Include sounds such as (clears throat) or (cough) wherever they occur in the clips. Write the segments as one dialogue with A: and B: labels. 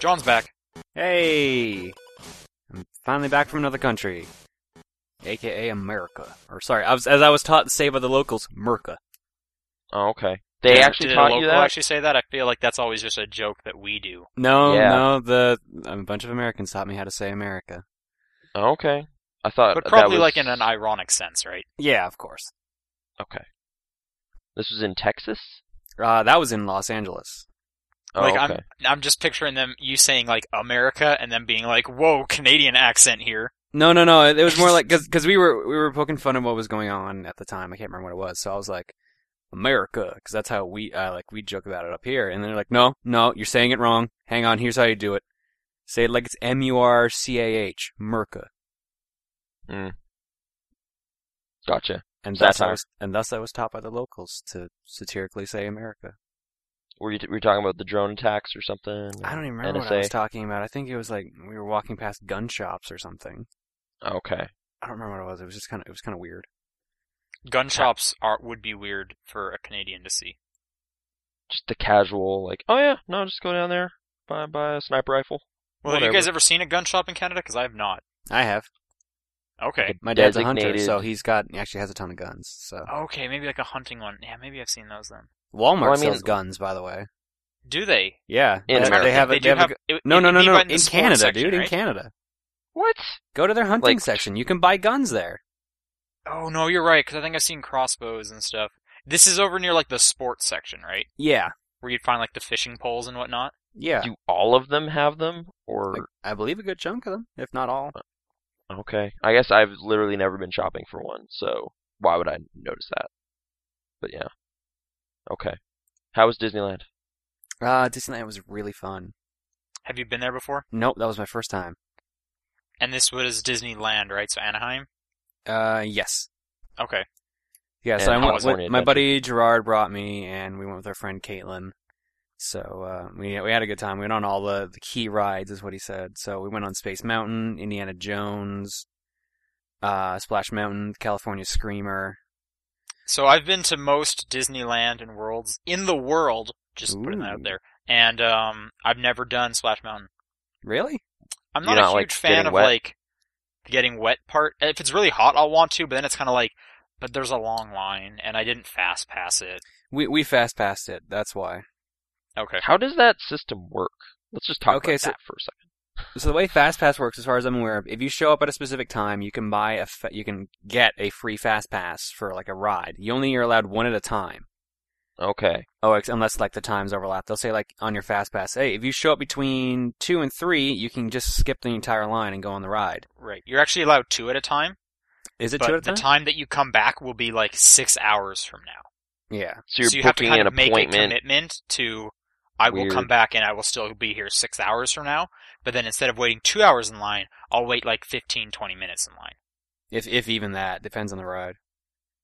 A: John's back.
B: Hey! I'm finally back from another country. AKA America. Or sorry, I was, as I was taught to say by the locals, Merca.
C: Oh, okay. They
A: Did-
C: actually
A: did a
C: taught
A: local
C: you that?
A: actually say that? I feel like that's always just a joke that we do.
B: No,
C: Yeah.
B: no, the, a bunch of Americans taught me how to say America.
C: Oh, okay. I thought
A: But
C: that
A: probably
C: was-
A: like in an ironic sense, right?
B: Yeah, of course.
C: Okay. This was in Texas?
B: Uh, that was in Los Angeles.
C: Oh,
A: like
C: okay.
A: I'm I'm just picturing them you saying like America and then being like, "Whoa, Canadian accent here."
B: No, no, no. It it was more like because we were we were poking fun at what was going on at the time. I can't remember what it was. So I was like, America, because that's how we uh, like we joke about it up here. And they're like, No, no, you're saying it wrong. Hang on, here's how you do it. Say it like it's M U R C A H, Merca.
C: Gotcha.
B: And
C: Satire.
B: thus I was, and thus I was taught by the locals to satirically say America.
C: Were you, were you talking about the drone attacks or something?
B: I don't even remember what I
C: NSA?
B: was talking about. I think it was like we were walking past gun shops or something.
C: Okay.
B: I don't remember what it was. It was just kind of it was kind of weird.
C: (laughs)
A: Gun shops are would be weird for a Canadian to see.
C: Just the casual, like, oh yeah, no, just go down there, buy, buy a sniper rifle.
A: Well, have
C: Whatever.
A: you guys ever seen a gun shop in Canada? Because I have not.
B: I have
A: Okay.
B: my dad's a hunter,
C: Designated-
B: so he's got he actually has a ton of guns. So
A: Okay, maybe like a hunting one. Yeah, maybe I've seen those then.
B: Walmart
C: Well, I mean-
B: sells guns, by have it-
A: Do they?
B: Yeah,
C: In
B: they,
C: America.
B: have
A: they
B: it.
A: do
B: They have,
A: have
B: a,
A: it-
B: no,
A: it-
B: no,
A: you
B: no, no,
A: buy the
B: in
A: sports
B: Canada,
A: section,
B: dude, in
A: right?
B: Canada.
C: What?
B: Go to their hunting
C: Like-
B: section. You can buy guns there.
A: Oh no, you're right. Because I think I've seen crossbows and stuff. This is over near like the sports section, right?
B: Yeah,
A: Where you'd find like the fishing poles and whatnot.
B: yeah.
C: Do all of them have them? Or
B: Like, I believe a good chunk of them, if not all.
C: okay, I guess I've literally never been shopping for one, so why would I notice that? But yeah. Okay. How was Disneyland?
B: Uh, Disneyland was really fun.
A: Have you been there before?
B: Nope, that was my first time.
A: And this was Disneyland, right? So Anaheim.
B: Uh, yes,
A: Okay.
B: yeah.
C: And
B: so I went with-
C: California
B: my
C: Adventure.
B: buddy Gerard brought me, and we went with our friend Caitlin. So uh, we we had a good time. We went on all the, the key rides, is what he said. So we went on Space Mountain, Indiana Jones, uh, Splash Mountain, California Screamer.
A: So I've been to most Disneyland and worlds in the world. Just putting that
B: Ooh.
A: out there. And um, I've never done Splash Mountain.
B: Really?
A: I'm
C: You're
A: not,
C: not,
A: a
C: like,
A: huge fan
C: getting
A: of
C: wet?
A: like the getting wet part. If it's really hot, I'll want to. But then it's kind of like, but there's a long line, and I didn't fast pass it.
B: We we fast passed it. That's why.
A: Okay.
C: How does that system work? Let's just talk
B: Okay,
C: about
B: so-
C: that for a second.
B: So the way Fast Pass works, as far as I'm aware, if you show up at a specific time, you can buy a fa- you can get a free Fast Pass for like a ride. You only are allowed one at a time.
C: Okay.
B: Oh, ex- unless like the times overlap. They'll say like on your Fast Pass, hey, if you show up between two and three, you can just skip the entire line and go on the ride.
A: Right. You're actually allowed two at a time,
B: Is it
A: but
B: two at a
A: the
B: time?
A: time that you come back will be like six hours from now.
B: yeah.
C: So you're
A: so you have to
C: booking
A: kind
C: an
A: of make a
C: appointment.
A: commitment to I will come
C: Weird.
A: back and I will still be here six hours from now. But then instead of waiting two hours in line, I'll wait like 15, 20 minutes in line.
B: If if even that depends on the ride.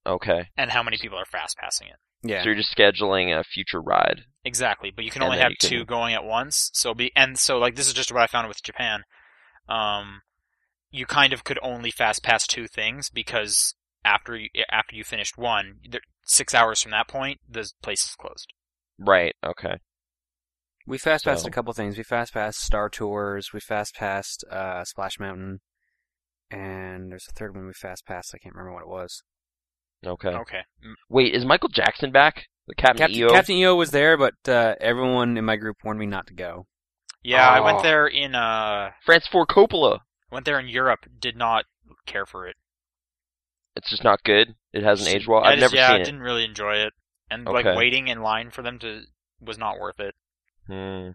C: okay.
A: And how many people are fast passing it?
B: Yeah.
C: So you're just scheduling a future ride.
A: Exactly. But you can
C: And
A: only
C: then
A: have
C: you can-
A: two going at once. So it'll be and so like this is just what I found with Japan. Um, you kind of could only fast pass two things because after you after you finished one, there, six hours from that point, the place is closed.
C: Right. Okay.
B: We fast passed
C: So-
B: a couple things. We fast passed Star Tours. We fast passed uh, Splash Mountain, and there's a third one we fast passed. I can't remember what it was.
C: Okay.
A: Okay. Mm,
C: Wait, is Michael Jackson back? The Captain, E
B: Captain
C: EO?
B: Captain EO was there, but uh, everyone in my group warned me not to go.
A: Yeah, I
C: Oh.
A: went there in uh
C: Francis Ford Coppola.
A: went there in Europe, did not care for it.
C: It's just not good. It hasn't aged well.
A: I
C: I've
A: just-
C: never
A: yeah,
C: seen it.
A: didn't really enjoy it, and like
C: Okay.
A: waiting in line for them to was not worth it.
C: Hmm.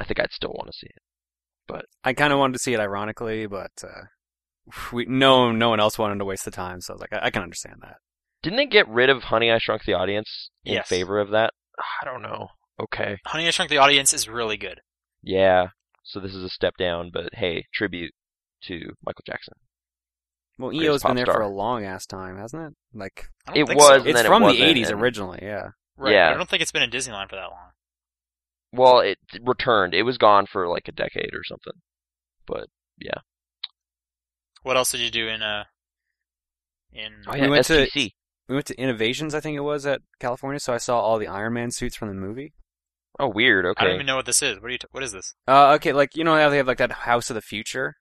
C: I think I'd still want to see it.
B: I kind of wanted to see it ironically, but uh, we, no no one else wanted to waste the time, so I was like, I, I can understand that.
C: Didn't they get rid of Honey I Shrunk the Audience in
A: Yes.
C: favor of that? I don't know. Okay.
A: Honey I Shrunk the Audience is really good.
C: Yeah. So this is a step down, but hey, tribute to Michael Jackson.
B: Well,
C: Greatest
B: EO's been
C: pop
B: there for
C: star.
B: a long ass time, hasn't it? Like
A: I
C: It
A: don't think
C: was,
A: so.
C: and
B: it's
C: then
B: from
C: it
B: the
C: wasn't,
B: '80s
C: and-
B: originally, yeah.
A: right.
C: yeah.
A: I don't think it's been in Disneyland for that long.
C: Well, it returned. It was gone for like a decade or something. But
A: What else did you do in uh in
C: oh
B: We
C: yeah,
B: went to-
C: SGC.
B: We went to Innovations, I think it was, at California, so I saw all the Iron Man suits from the movie.
C: Oh, weird.
A: I don't
C: Okay.
A: even know what this is. What are you? T- what is this?
B: Uh, okay, like you know how they have like that House of the Future,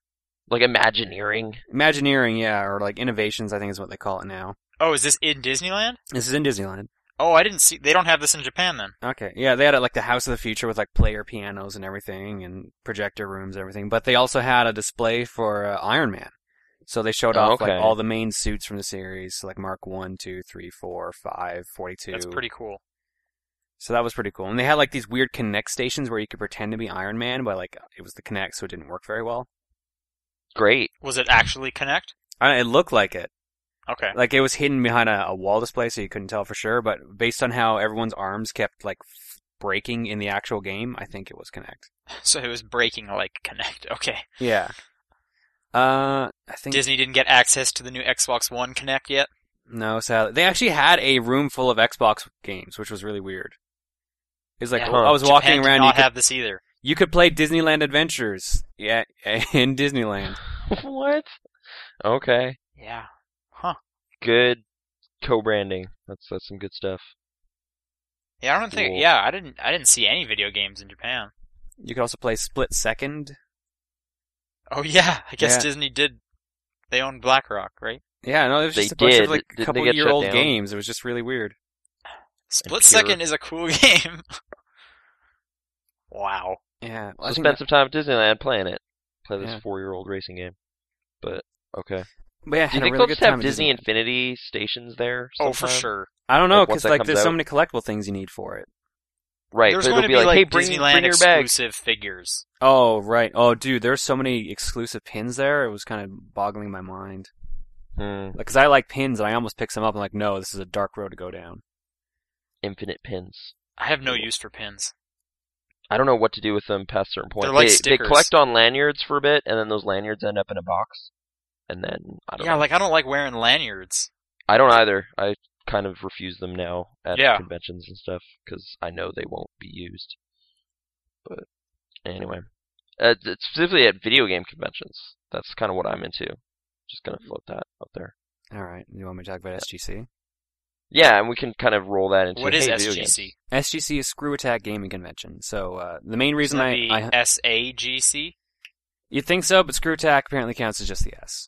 C: Like Imagineering.
B: Imagineering, yeah, or like Innovations, I think is what they call it now.
A: Oh, is this in Disneyland?
B: This is in Disneyland.
A: Oh, I didn't see. They don't have this in Japan then.
B: Okay, yeah, they had like the House of the Future with like player pianos and everything, and projector rooms, and everything. But they also had a display for uh, Iron Man, so they showed
C: Oh,
B: off
C: okay.
B: like all the main suits from the series, so, like Mark One, Two, Three, Four, Five, Forty Two.
A: That's pretty cool.
B: So that was pretty cool. And they had like these weird Kinect stations where you could pretend to be Iron Man, but like it was the Kinect, so it didn't work very well.
C: Great. (laughs)
A: Was it actually Connect?
B: I, it looked like it.
A: Okay.
B: Like it was hidden behind a, a wall display, so you couldn't tell for sure. But based on how everyone's arms kept like f- breaking in the actual game, I think it was Connect.
A: So it was breaking like Connect. (laughs) Okay.
B: Yeah. Uh, I think
A: Disney didn't get access to the new Xbox One Connect yet.
B: no. Sadly, they actually had a room full of Xbox games, which was really weird. It's like
A: Yeah.
B: I was walking
A: Japan
B: around.
A: Did
B: You
A: not
B: could,
A: have this either.
B: you could play Disneyland Adventures. Yeah, (laughs) in Disneyland.
C: what? Okay.
A: Yeah.
C: Good co-branding. That's that's some good stuff.
A: Yeah, I don't think.
C: Cool.
A: Yeah, I didn't. I didn't see any video games in Japan.
B: You could also play Split Second.
A: Oh yeah, I guess
B: Yeah.
A: Disney did. They own BlackRock, right?
B: Yeah, no, it was
C: They
B: just a bunch
C: did.
B: of like
C: Did they
B: couple
C: get
B: year
C: shut
B: old
C: down?
B: games. It was just really weird.
A: Split
C: Pure.
A: Second is a cool (laughs) game. wow.
B: Yeah, well,
C: So
B: I think
C: spend some time at Disneyland playing it. Play this
B: Yeah.
C: four-year-old racing game. But okay.
B: But yeah, I had
C: Do you
B: a
C: think
B: really
C: they'll
B: good
C: just have
B: time at
C: Disney Infinity stations there?
A: Oh, for
C: sometime?
A: sure.
B: I don't know
C: Like, once
B: because
C: that
B: like
C: comes
B: there's
C: out.
B: so many collectible things you need for it.
C: Right.
A: There's
C: but
A: going
C: it'll
A: to
C: be like, hey, bring,
A: Disneyland
C: bring your bags.
A: exclusive figures.
B: Oh right. Oh dude, there's so many exclusive pins there. It was kind of boggling my mind.
C: Hmm,
B: Because I like pins, and I almost picked some up. and like, no, this is a dark road to go down.
C: infinite pins.
A: I have no
C: Cool.
A: use for pins.
C: I don't know what to do with them past a certain point.
A: They're like
C: they,
A: stickers.
C: they collect on lanyards for a bit, and then those lanyards end up in a box. And then I don't
A: Yeah,
C: know.
A: like I don't like wearing lanyards.
C: I don't either. I kind of refuse them now at
A: Yeah.
C: conventions and stuff because I know they won't be used. But anyway, uh, th- specifically at video game conventions, that's kind of what I'm into. Just gonna float that up there.
B: All right, you want me to talk about SGC?
C: Yeah, and we can kind of roll that into
A: What is
C: hey, video
A: SGC?
C: games.
B: SGC is Screw Attack Gaming Convention. So uh, the main
A: Isn't
B: reason
A: that
B: I,
A: the
B: I
A: SAGC?
B: you'd think so, but Screw Attack apparently counts as just the S.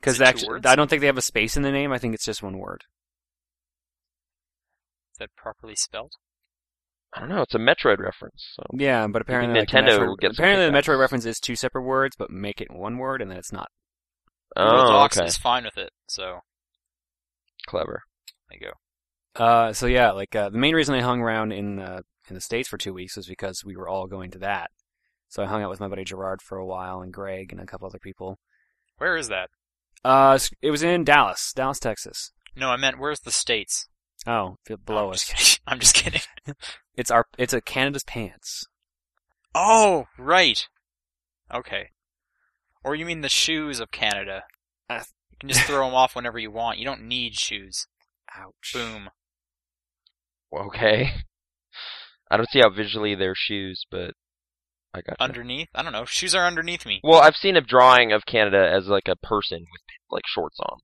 B: Because
A: Is it two
B: actually,
A: words?
B: I don't think they have a space in the name. I think it's just one word.
A: Is that properly spelled?
C: I don't know. It's a Metroid reference. So
B: Yeah, but apparently like,
C: Nintendo
B: Metroid-
C: gets some
B: apparently the
C: kickbacks.
B: Metroid reference is two separate words, but make it one word, and then it's not.
A: Google
C: oh,
A: Docs
C: okay,
A: is fine with it, so
C: clever.
A: there you go.
B: Uh, so yeah, like uh, the main reason I hung around in uh, in the states for two weeks was because we were all going to that. So I hung out with my buddy Gerard for a while and Greg and a couple other people.
A: Where is that?
B: Uh, s- it was in Dallas, Dallas, Texas.
A: No, I meant where's the states?
B: Oh, f- below
A: I'm
B: us.
A: just kidding. (laughs) I'm just
C: (laughs)
A: kidding.
B: It's our it's a Canada's pants.
A: Oh, right. Okay. Or you mean the shoes of Canada?
B: Uh,
A: You can just throw them off whenever you want. You don't need shoes.
B: Ouch.
A: Boom.
C: Okay. I don't see how visually they're shoes, but I got
A: Underneath? I don't know. Shoes are underneath me.
C: Well, I've seen a drawing of Canada as like a person with like shorts on.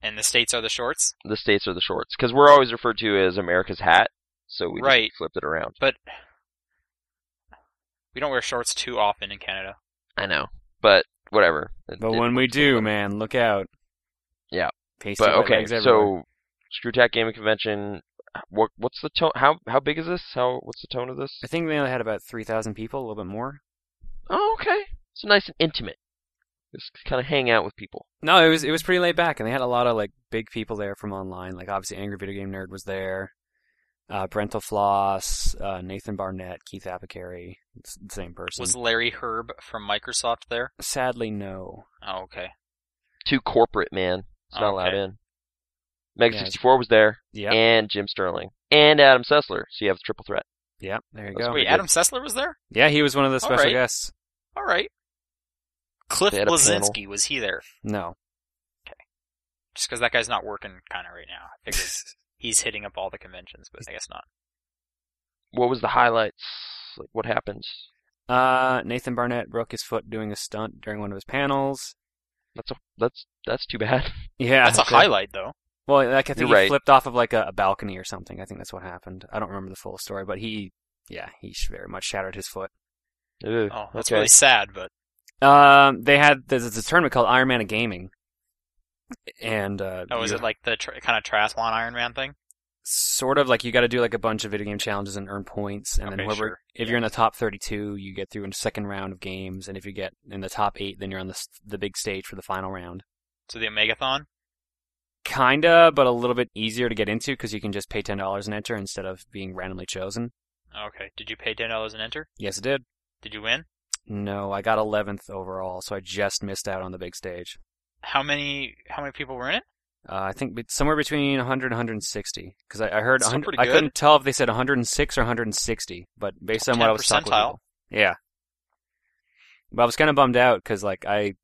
A: And the states are the shorts.
C: The states are the shorts because we're always referred to as America's hat, so we
A: Right.
C: just flipped it around.
A: But we don't wear shorts too often in Canada.
C: I know, but whatever. It-
B: But
C: it
B: when we
C: works a
B: do,
C: little.
B: man, look out.
C: Yeah.
B: Pasty
C: but
B: white
C: okay,
B: legs everywhere.
C: so Screwtack Gaming Convention. What what's the tone? How how big is this? How what's the tone of this?
B: I think they only had about three thousand people, a little bit more.
C: Oh, okay. It's nice and intimate. Just kind of hang out with people.
B: No, it was it was pretty laid back, and they had a lot of like big people there from online. Like obviously, Angry Video Game Nerd was there, uh, Brental Floss, uh, Nathan Barnett, Keith Apicary, s- same person.
A: Was Larry Herb from Microsoft there?
B: Sadly, no.
A: Oh, okay.
C: Too corporate, man. It's not allowed
A: Okay.
C: in. Mega
B: Yeah, it's-
C: sixty four was there,
B: Yeah,
C: and Jim Sterling, and Adam Sessler. So you have the triple threat.
B: yeah. There you
C: That's
B: go.
C: pretty
A: Wait,
C: good.
A: Adam Sessler was there?
B: Yeah, he was one of the
A: All
B: special
A: right.
B: guests.
A: All right. Cliff
C: They had a panel.
A: Blazinski, was he there?
B: No.
A: Just because that guy's not working kind of right now. I (laughs) figured he's hitting up all the conventions, but I guess not.
C: what was the highlights? Like what happened?
B: Uh, Nathan Barnett broke his foot doing a stunt during one of his panels.
C: That's a, that's that's too bad. (laughs)
B: Yeah,
A: That's a
B: okay.
A: highlight, though.
B: Well, like I think
C: You're
B: he
C: right.
B: flipped off of like a, a balcony or something. I think that's what happened. I don't remember the full story, but he, yeah, he sh- very much shattered his foot.
C: Ew,
A: Oh, that's
C: okay.
A: really sad, but
B: Um, they had there's, there's a tournament called Iron Man of Gaming, and uh,
A: oh, is
B: you-
A: it like the tri- kind of triathlon Iron Man thing?
B: sort of like you got to do like a bunch of video game challenges and earn points, and then
A: Okay,
B: whoever
A: sure.
B: if you're in the top 32, you get through in second round of games, and if you get in the top eight, then you're on the s- the big stage for the final round.
A: So the Omegathon.
B: Kinda, but a little bit easier to get into because you can just pay ten dollars and enter instead of being randomly chosen.
A: Okay. Did you pay ten dollars and enter?
B: Yes, it did.
A: Did you win?
B: No, I got 11th overall, so I just missed out on the big stage.
A: How many? How many people were in it?
B: Uh, I think be- somewhere between 100 and 160 because I, I heard
A: Still
B: 100
A: pretty
B: I
A: good.
B: couldn't tell if they said 106 or 160, but based on what I was talking
A: percentile.
B: about, yeah. But I was kind of bummed out because like I,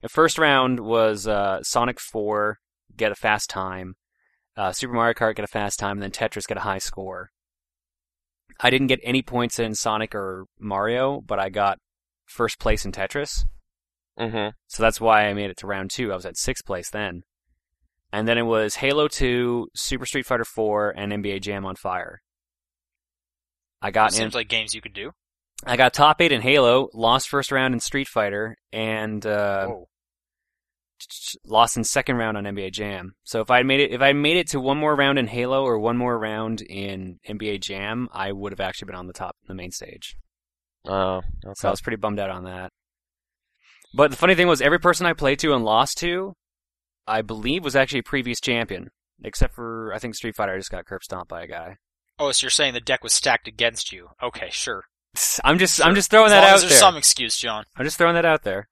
B: the first round was uh, Sonic 4 get a fast time, uh, Super Mario Kart get a fast time, and then Tetris get a high score. I didn't get any points in Sonic or Mario, but I got first place in Tetris.
C: hmm
B: So that's why I made it to round two. I was at sixth place then. And then it was Halo 2, Super Street Fighter 4, and NBA Jam on Fire. I got in,
A: Seems like games you could do.
B: I got top eight in Halo, lost first round in Street Fighter, and uh,
A: Whoa.
B: lost in second round on NBA Jam. So if I made it, if I made it to one more round in Halo or one more round in NBA Jam, I would have actually been on the top, the main stage.
C: Oh,
B: So I
C: okay.
B: was pretty bummed out on that. But the funny thing was, every person I played to and lost to, I believe, was actually a previous champion. Except for, I think Street Fighter, I just got curb stomped by a guy. (laughs)
A: Oh, so you're saying the deck was stacked against you? Okay, sure.
B: I'm just, I'm just
A: As
B: throwing that
A: long
B: out
A: as
B: there.
A: there's some excuse, John.
B: I'm just throwing that
A: (laughs)
B: out there.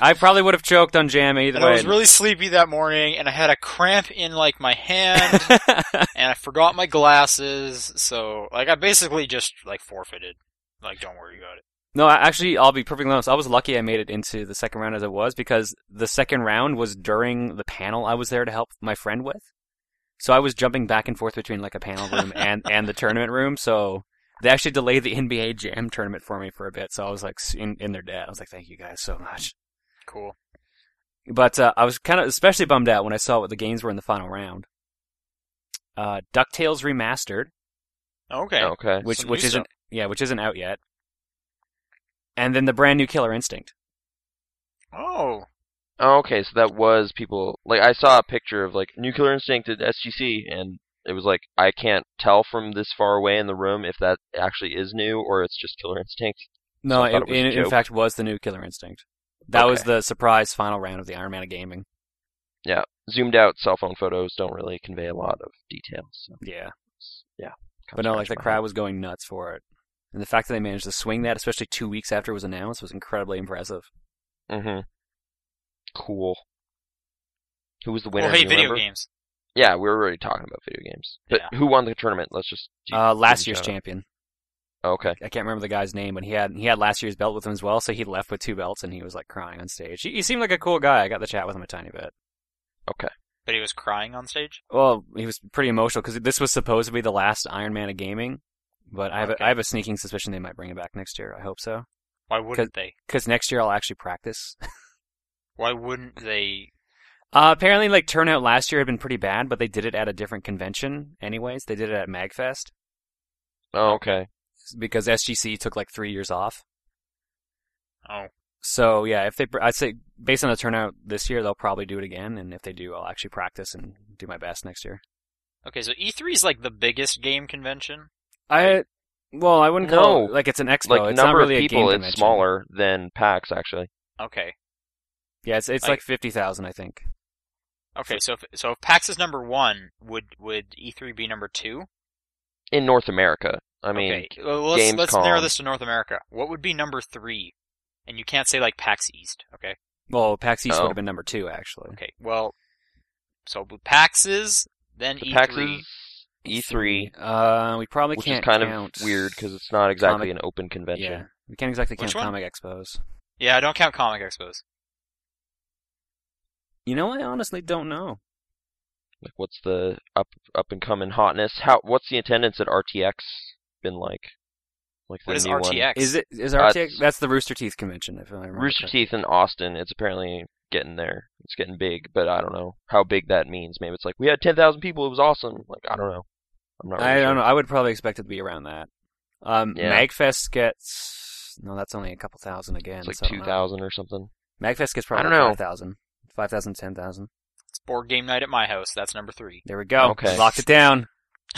B: I probably would have choked on Jam either
A: And I
B: way.
A: was really sleepy that morning, and I had a cramp in like my
B: (laughs)
A: hand, and I forgot my glasses. So like I basically just like forfeited. Like don't worry about it.
B: no, I- actually, I'll be perfectly honest. I was lucky I made it into the second round as it was because the second round was during the panel I was there to help my friend with. So I was jumping back and forth between like a panel
A: (laughs)
B: room and, and the tournament room. So they actually delayed the NBA Jam tournament for me for a bit. So I was like s- in, in their debt. I was like, thank you guys so much.
A: Cool.
B: But uh, I was kind of especially bummed out when I saw what the games were in the final round. Uh, DuckTales Remastered,
A: Okay.
C: okay.
B: which
A: Some
B: which
A: new
B: isn't yeah, which isn't out yet. And then the brand new Killer Instinct.
A: Oh,
C: Oh, okay, so that was people like I saw a picture of like Nuclear Instinct at SGC, and it was like I can't tell from this far away in the room if that actually is new or it's just Killer Instinct.
B: No,
C: I thought
B: it,
C: it was a
B: in, in
C: joke.
B: fact was the new Killer Instinct. That was
C: Okay.
B: the surprise final round of the Iron Man of Gaming.
C: Zoomed out cell phone photos don't really convey a lot of details. So
B: Yeah.
C: it's- yeah, kinda
B: But no, like the
C: scratched my
B: crowd was going nuts for it. And the fact that they managed to swing that, especially two weeks after it was announced, was incredibly impressive.
C: head. Mhm. Cool. Who was the winner?
A: well, hey,
C: do you
A: video
C: remember?
A: games.
C: Yeah, we were already talking about video games. But who won the tournament? Let's just do-
B: Uh,
C: give
B: last
C: a
B: year's
C: shout out.
B: champion.
C: Okay.
B: I can't remember the guy's name, but he had he had last year's belt with him as well, so he left with two belts and he was like crying on stage. He, he seemed like a cool guy. I got to chat with him a tiny bit.
A: But he was crying on stage.
B: Well, he was pretty emotional because this was supposed to be the last Iron Man of gaming, but I have a,
A: Okay.
B: I have a sneaking suspicion they might bring it back next year. I hope so
A: Why wouldn't they?
B: because next year I'll actually practice.
A: Why wouldn't they?
B: Uh, apparently, like turnout last year had been pretty bad, but they did it at a different convention. Anyways, they did it at Magfest
C: Oh, okay.
B: because SGC took like three years off.
A: Oh,
B: So yeah, if they, I'd say based on the turnout this year, they'll probably do it again. And if they do, I'll actually practice and do my best next year.
A: okay. So E3 is like the biggest game convention.
B: I, well, I wouldn't
C: call
B: call
C: No. it-
B: like it's an expo.
C: like
B: it's
C: number
B: not really
C: of
B: a
C: people,
B: game
C: it's smaller than PAX actually.
A: Okay.
B: Yeah, it's it's
A: Like-
B: like, fifty thousand, I think.
A: Okay. So if so, if PAX is number one, would would E3 be number two?
C: In North America, I mean,
A: okay. Well, let's let's
C: Gamescom.
A: narrow this to North America. What would be number three? And you can't say like PAX East. Okay.
B: Well, PAX East
C: Oh.
B: would have been number two, actually.
A: Okay. Well, so PAX is then E
C: the
A: E3.
C: PAX is E3,
B: Uh, we probably
C: E which is
B: can't
C: kind
B: count.
C: of weird because it's not exactly an open convention.
B: Yeah, we can't exactly
A: Which
B: count
A: one?
B: comic expos.
A: Yeah, I don't count comic expos.
B: You know, I honestly don't know.
C: Like, what's the up up and coming hotness? How what's the attendance at RTX been like? Like the
A: What is
C: new one.
A: RTX?
B: Is it is
C: Uh,
B: RTX?
C: it's-
B: that's the Rooster Teeth convention, if I remember.
C: Rooster
B: correctly.
C: Teeth in Austin. It's apparently getting there. It's getting big, but I don't know how big that means. Maybe it's like we had ten thousand people. It was awesome. Like I don't know. I'm not. Really
B: I
C: sure.
B: don't know. I would probably expect it to be around that. Um,
C: Yeah.
B: Magfest gets no, that's only a couple thousand again.
C: It's like
B: so I don't
C: two
B: know.
C: thousand or something.
B: Magfest gets probably
C: I don't know.
B: 5,000. 5,000, 10,000.
A: It's board game night at my house. That's number three.
B: There we go.
C: Okay.
B: Locked it down.
C: (laughs)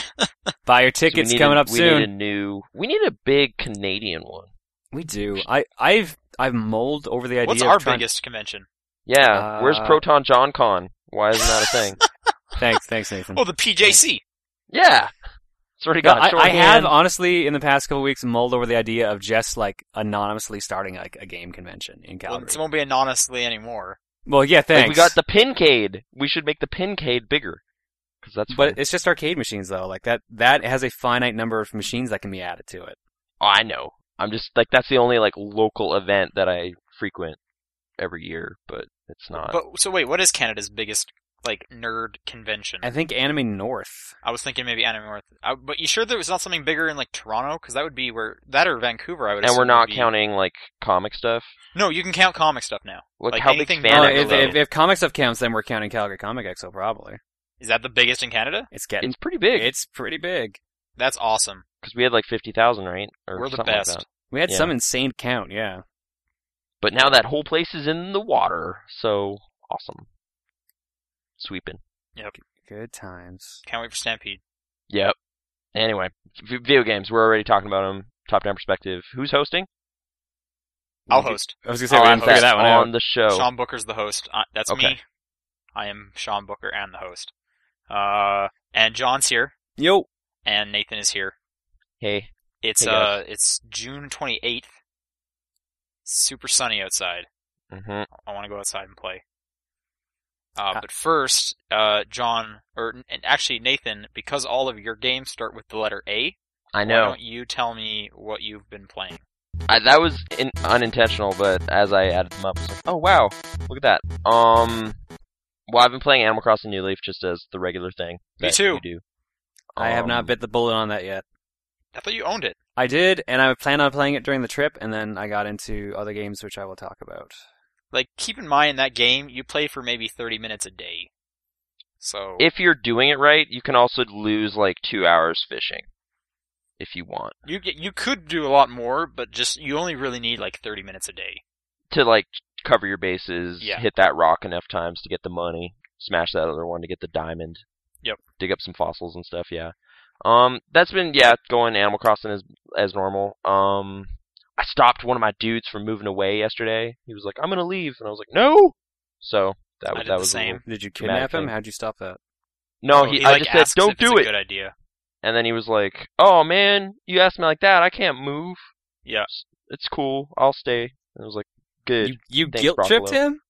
B: Buy your
C: So we
B: tickets
C: need
B: coming
C: a,
B: up
C: we
B: soon.
C: need a new. We need a big Canadian one.
B: We do. I I've I've mulled over the idea
A: What's
B: of
A: our
B: trying-
A: biggest convention?
C: Yeah. Where's
B: Uh,
C: Proton John Con? Why isn't that
B: (laughs)
C: a thing?
B: Thanks, thanks
C: (laughs)
B: Nathan.
A: Oh, the PJC.
C: yeah. It's already
B: No,
C: got.
B: I, I
C: shorthand.
B: have um, honestly in the past couple weeks mulled over the idea of just like anonymously starting like a game convention in
A: Well,
B: Calgary.
A: it won't be anonymously anymore.
B: Well, yeah, thanks.
C: Like, we got the pincade. We should make the pincade bigger. Because that's
B: but
C: fun.
B: it's just arcade machines though. Like that that has a finite number of machines that can be added to it.
C: Oh, I know. I'm just like that's the only like local event that I frequent every year, but it's not.
A: But so wait, what is Canada's biggest like nerd convention?
B: I think Anime North.
A: I was thinking maybe Anime North. I, but you sure there was not something bigger in like Toronto? Because that would be where that or Vancouver. I would.
C: and
A: assume
C: we're
A: would
C: not
A: be-
C: counting like comic stuff.
A: No, you can count comic stuff now.
C: Look
A: Like,
C: how big
A: anything
C: fan
A: more-
B: oh,
A: Anime
B: if,
A: North.
B: if, if Comic Stuff counts, then we're counting Calgary Comic Expo probably.
A: Is that the biggest in Canada?
B: It's getting
C: It's pretty big
B: it's pretty big.
A: That's awesome.
C: because we had like fifty thousand, right? Or
A: We're the
C: something like
A: best.
C: that.
B: We had
C: Yeah.
B: some insane count, yeah.
C: But now that whole place is in the water, so awesome. Sweeping.
B: Good times.
A: Can't wait for Stampede.
C: Yep. Anyway, v- video games. We're already talking about them. Top down perspective. Who's hosting? Oh,
A: I'll host.
B: I was gonna say
A: I'll
B: we
A: have
B: didn't figure
A: that
B: that one
C: on
B: out.
C: the show.
A: Sean Booker's the host. I, that's
C: Okay.
A: me. I am Sean Booker and the host. Uh, and John's here,
B: Yo,
A: and Nathan is here.
C: Hey,
A: It's
C: Hey,
A: uh,
C: guys.
A: it's June twenty eighth. Super sunny outside.
C: hmm
A: I want to go outside and play. Uh,
C: Ah.
A: but first, uh, John, or and actually Nathan, because all of your games start with the letter A,
C: I
A: why
C: know.
A: don't you tell me what you've been playing?
C: I, that was in, unintentional, but as I added them up, I was like, oh wow, look at that. Um, well, I've been playing Animal Crossing New Leaf just as the regular thing.
A: Me
C: that
A: too.
C: You do.
B: I have
C: Um,
B: not bit the bullet on that yet.
A: I thought you owned it.
B: I did, and I planned on playing it during the trip, and then I got into other games which I will talk about.
A: Like, keep in mind that game you play for maybe thirty minutes a day. So
C: If you're doing it right, you can also lose like two hours fishing, if you want,
A: you get- you could do a lot more, but just you only really need like thirty minutes a day.
C: to like cover your bases,
A: Yeah.
C: hit that rock enough times to get the money, smash that other one to get the diamond.
A: Yep.
C: Dig up some fossils and stuff. Yeah. Um, that's been yeah going Animal Crossing as as normal. Um, I stopped one of my dudes from moving away yesterday. He was like, "I'm gonna leave," and I was like, "No." So that
A: I
C: was
A: did
C: that
A: the
C: was a
A: same.
C: little-
B: Did you
C: Dramatic
B: kidnap him?
C: thing.
B: How'd you stop that?
C: No,
A: So
C: he, I
A: like,
C: just said,
A: asks
C: "Don't
A: if it's
C: do
A: a
C: it."
A: Good idea.
C: And then he was like, "Oh man, you asked me like that. I can't move.
A: Yeah.
C: It's- it's cool. I'll stay." And I was like, "Good."
B: You, you
C: Thanks,
B: guilt tripped
C: Broccolo.
B: him?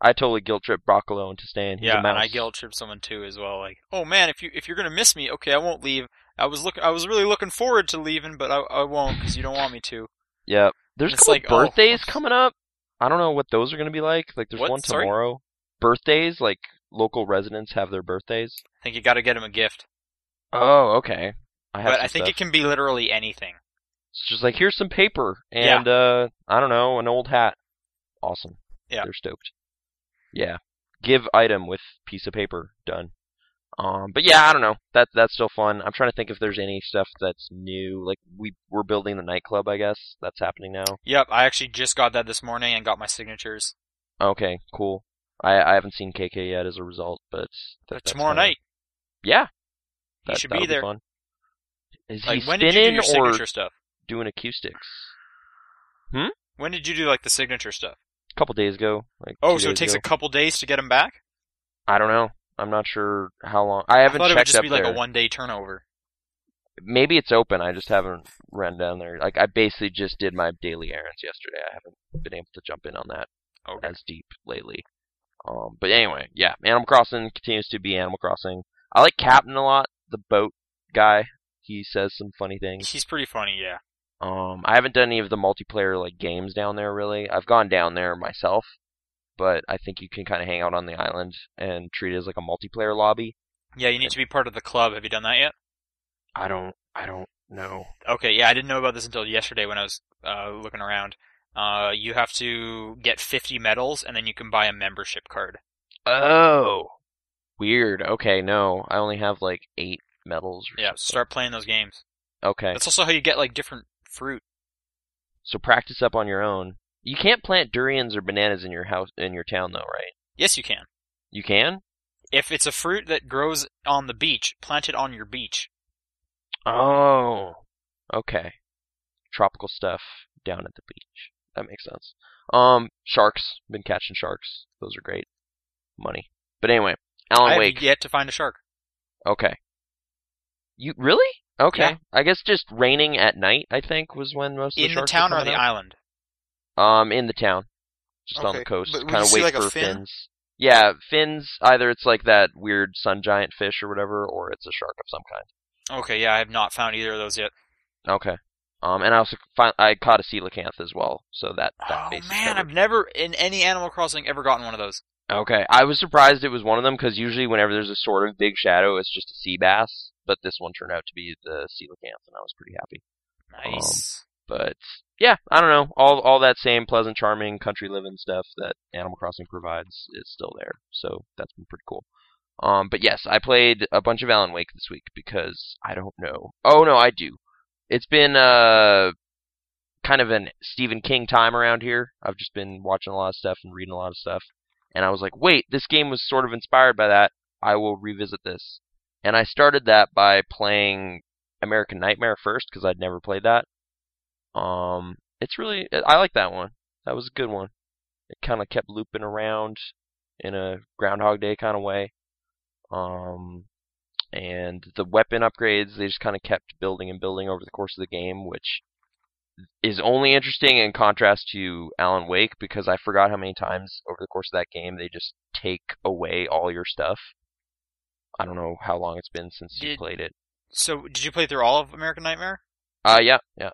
C: I totally guilt trip Broccolo into staying. He's
A: yeah,
C: a mouse.
A: and I guilt trip someone too as well. Like, oh man, if you if you're gonna miss me, okay, I won't leave. I was look, I was really looking forward to leaving, but I I won't because you don't want me to.
C: Yep. There's a
A: It's
C: couple
A: like, oh.
C: birthdays coming up. I don't know what those are going to be like. Like, there's
A: What?
C: one
A: Sorry?
C: tomorrow. Birthdays, like local residents have their birthdays.
A: I think you got to get him a gift,
C: Oh, okay. I have
A: but
C: some
A: I think
C: stuff.
A: it can be literally anything.
C: It's just like here's some paper
A: Yeah.
C: and uh I don't know, an old hat. Awesome.
A: Yeah.
C: They're stoked. Yeah. Give item with piece of paper done. Um but yeah, I don't know. That that's still fun. I'm trying to think if there's any stuff that's new. Like we we're building the nightclub, I guess. That's happening now.
A: Yep, I actually just got that this morning and got my signatures
C: Okay, cool. I I haven't seen KK yet as a result, but that-
A: But
C: that's
A: tomorrow
C: kinda-
A: night.
C: Yeah.
A: He should be
C: that'll
A: there.
C: fun. Is
A: Like,
C: he
A: when did you do
C: spinning
A: your
C: or
A: signature stuff?
C: doing acoustics?
A: When did you do like the signature stuff?
C: A couple days ago. Like
A: Oh,
C: two
A: so it
C: days
A: takes
C: ago.
A: a couple days to get him back.
C: I don't know. I'm not sure how long. I haven't
A: thought it would
C: checked
A: just
C: up
A: be
C: there.
A: like a one day turnover.
C: Maybe it's open. I just haven't ran down there. Like I basically just did my daily errands yesterday. I haven't been able to jump in on that
A: Okay.
C: as deep lately. Um, but anyway, yeah, Animal Crossing continues to be Animal Crossing. I like Captain a lot. The boat guy. He says some funny things.
A: He's pretty funny, yeah.
C: Um, I haven't done any of the multiplayer like games down there really. I've gone down there myself, but I think you can kind of hang out on the island and treat it as like a multiplayer lobby.
A: Yeah, you need to be part of the club. Have you done that yet?
C: I don't. I don't know.
A: Okay, yeah, I didn't know about this until yesterday when I was uh, looking around. Uh, you have to get 50 medals, and then you can buy a membership card.
C: Oh, weird. Okay, no, I only have like eight medals. Or
A: Yeah,
C: something.
A: start playing those games.
C: Okay,
A: That's also how you get like different fruit.
C: so practice up on your own. You can't plant durians or bananas in your house in your town though, right?
A: Yes, you can.
C: You can.
A: If it's a fruit that grows on the beach, plant it on your beach.
C: Oh, okay. Tropical stuff down at the beach. That makes sense. Um, sharks. Been catching sharks. Those are great. Money. But anyway,
A: I
C: Alan
A: have
C: Wake.
A: yet to find a shark.
C: Okay. You really? Okay.
A: Yeah.
C: I guess just raining at night. I think was when most of the
A: in the
C: sharks
A: town
C: were
A: or the
C: coming
A: island?
C: up. Um, in the town, just on
A: Okay,
C: the coast.
A: but would
C: kind
A: you
C: of
A: see,
C: wait
A: like, a
C: for
A: fin?
C: fins. Yeah, fins. Either it's like that weird sun giant fish or whatever, or it's a shark of some kind.
A: Okay, yeah, I have not found either of those yet.
C: Okay. Um, and I also fi- I caught a coelacanth as well, so that that
A: Oh
C: base is
A: man,
C: covered.
A: I've never in any Animal Crossing ever gotten one of those.
C: Okay, I was surprised it was one of them because usually whenever there's a sort of big shadow, it's just a sea bass. But this one turned out to be the coelacanth, and I was pretty happy. Um,
A: Nice.
C: But yeah, I don't know. All all that same pleasant, charming country living stuff that Animal Crossing provides is still there, so that's been pretty cool. Um, but yes, I played a bunch of Alan Wake this week because I don't know. Oh no, I do. It's been uh kind of an Stephen King time around here. I've just been watching a lot of stuff and reading a lot of stuff, and I was like, wait, this game was sort of inspired by that. I will revisit this, and I started that by playing American Nightmare first because I'd never played that. Um, it's really I like that one. That was a good one. It kind of kept looping around in a Groundhog Day kind of way. Um, and the weapon upgrades they just kind of kept building and building over the course of the game, which is only interesting in contrast to Alan Wake because I forgot how many times over the course of that game they just take away all your stuff. I don't know how long it's been since you
A: Did-
C: played it.
A: So, did you play through all of American Nightmare?
C: Uh, yeah, yeah.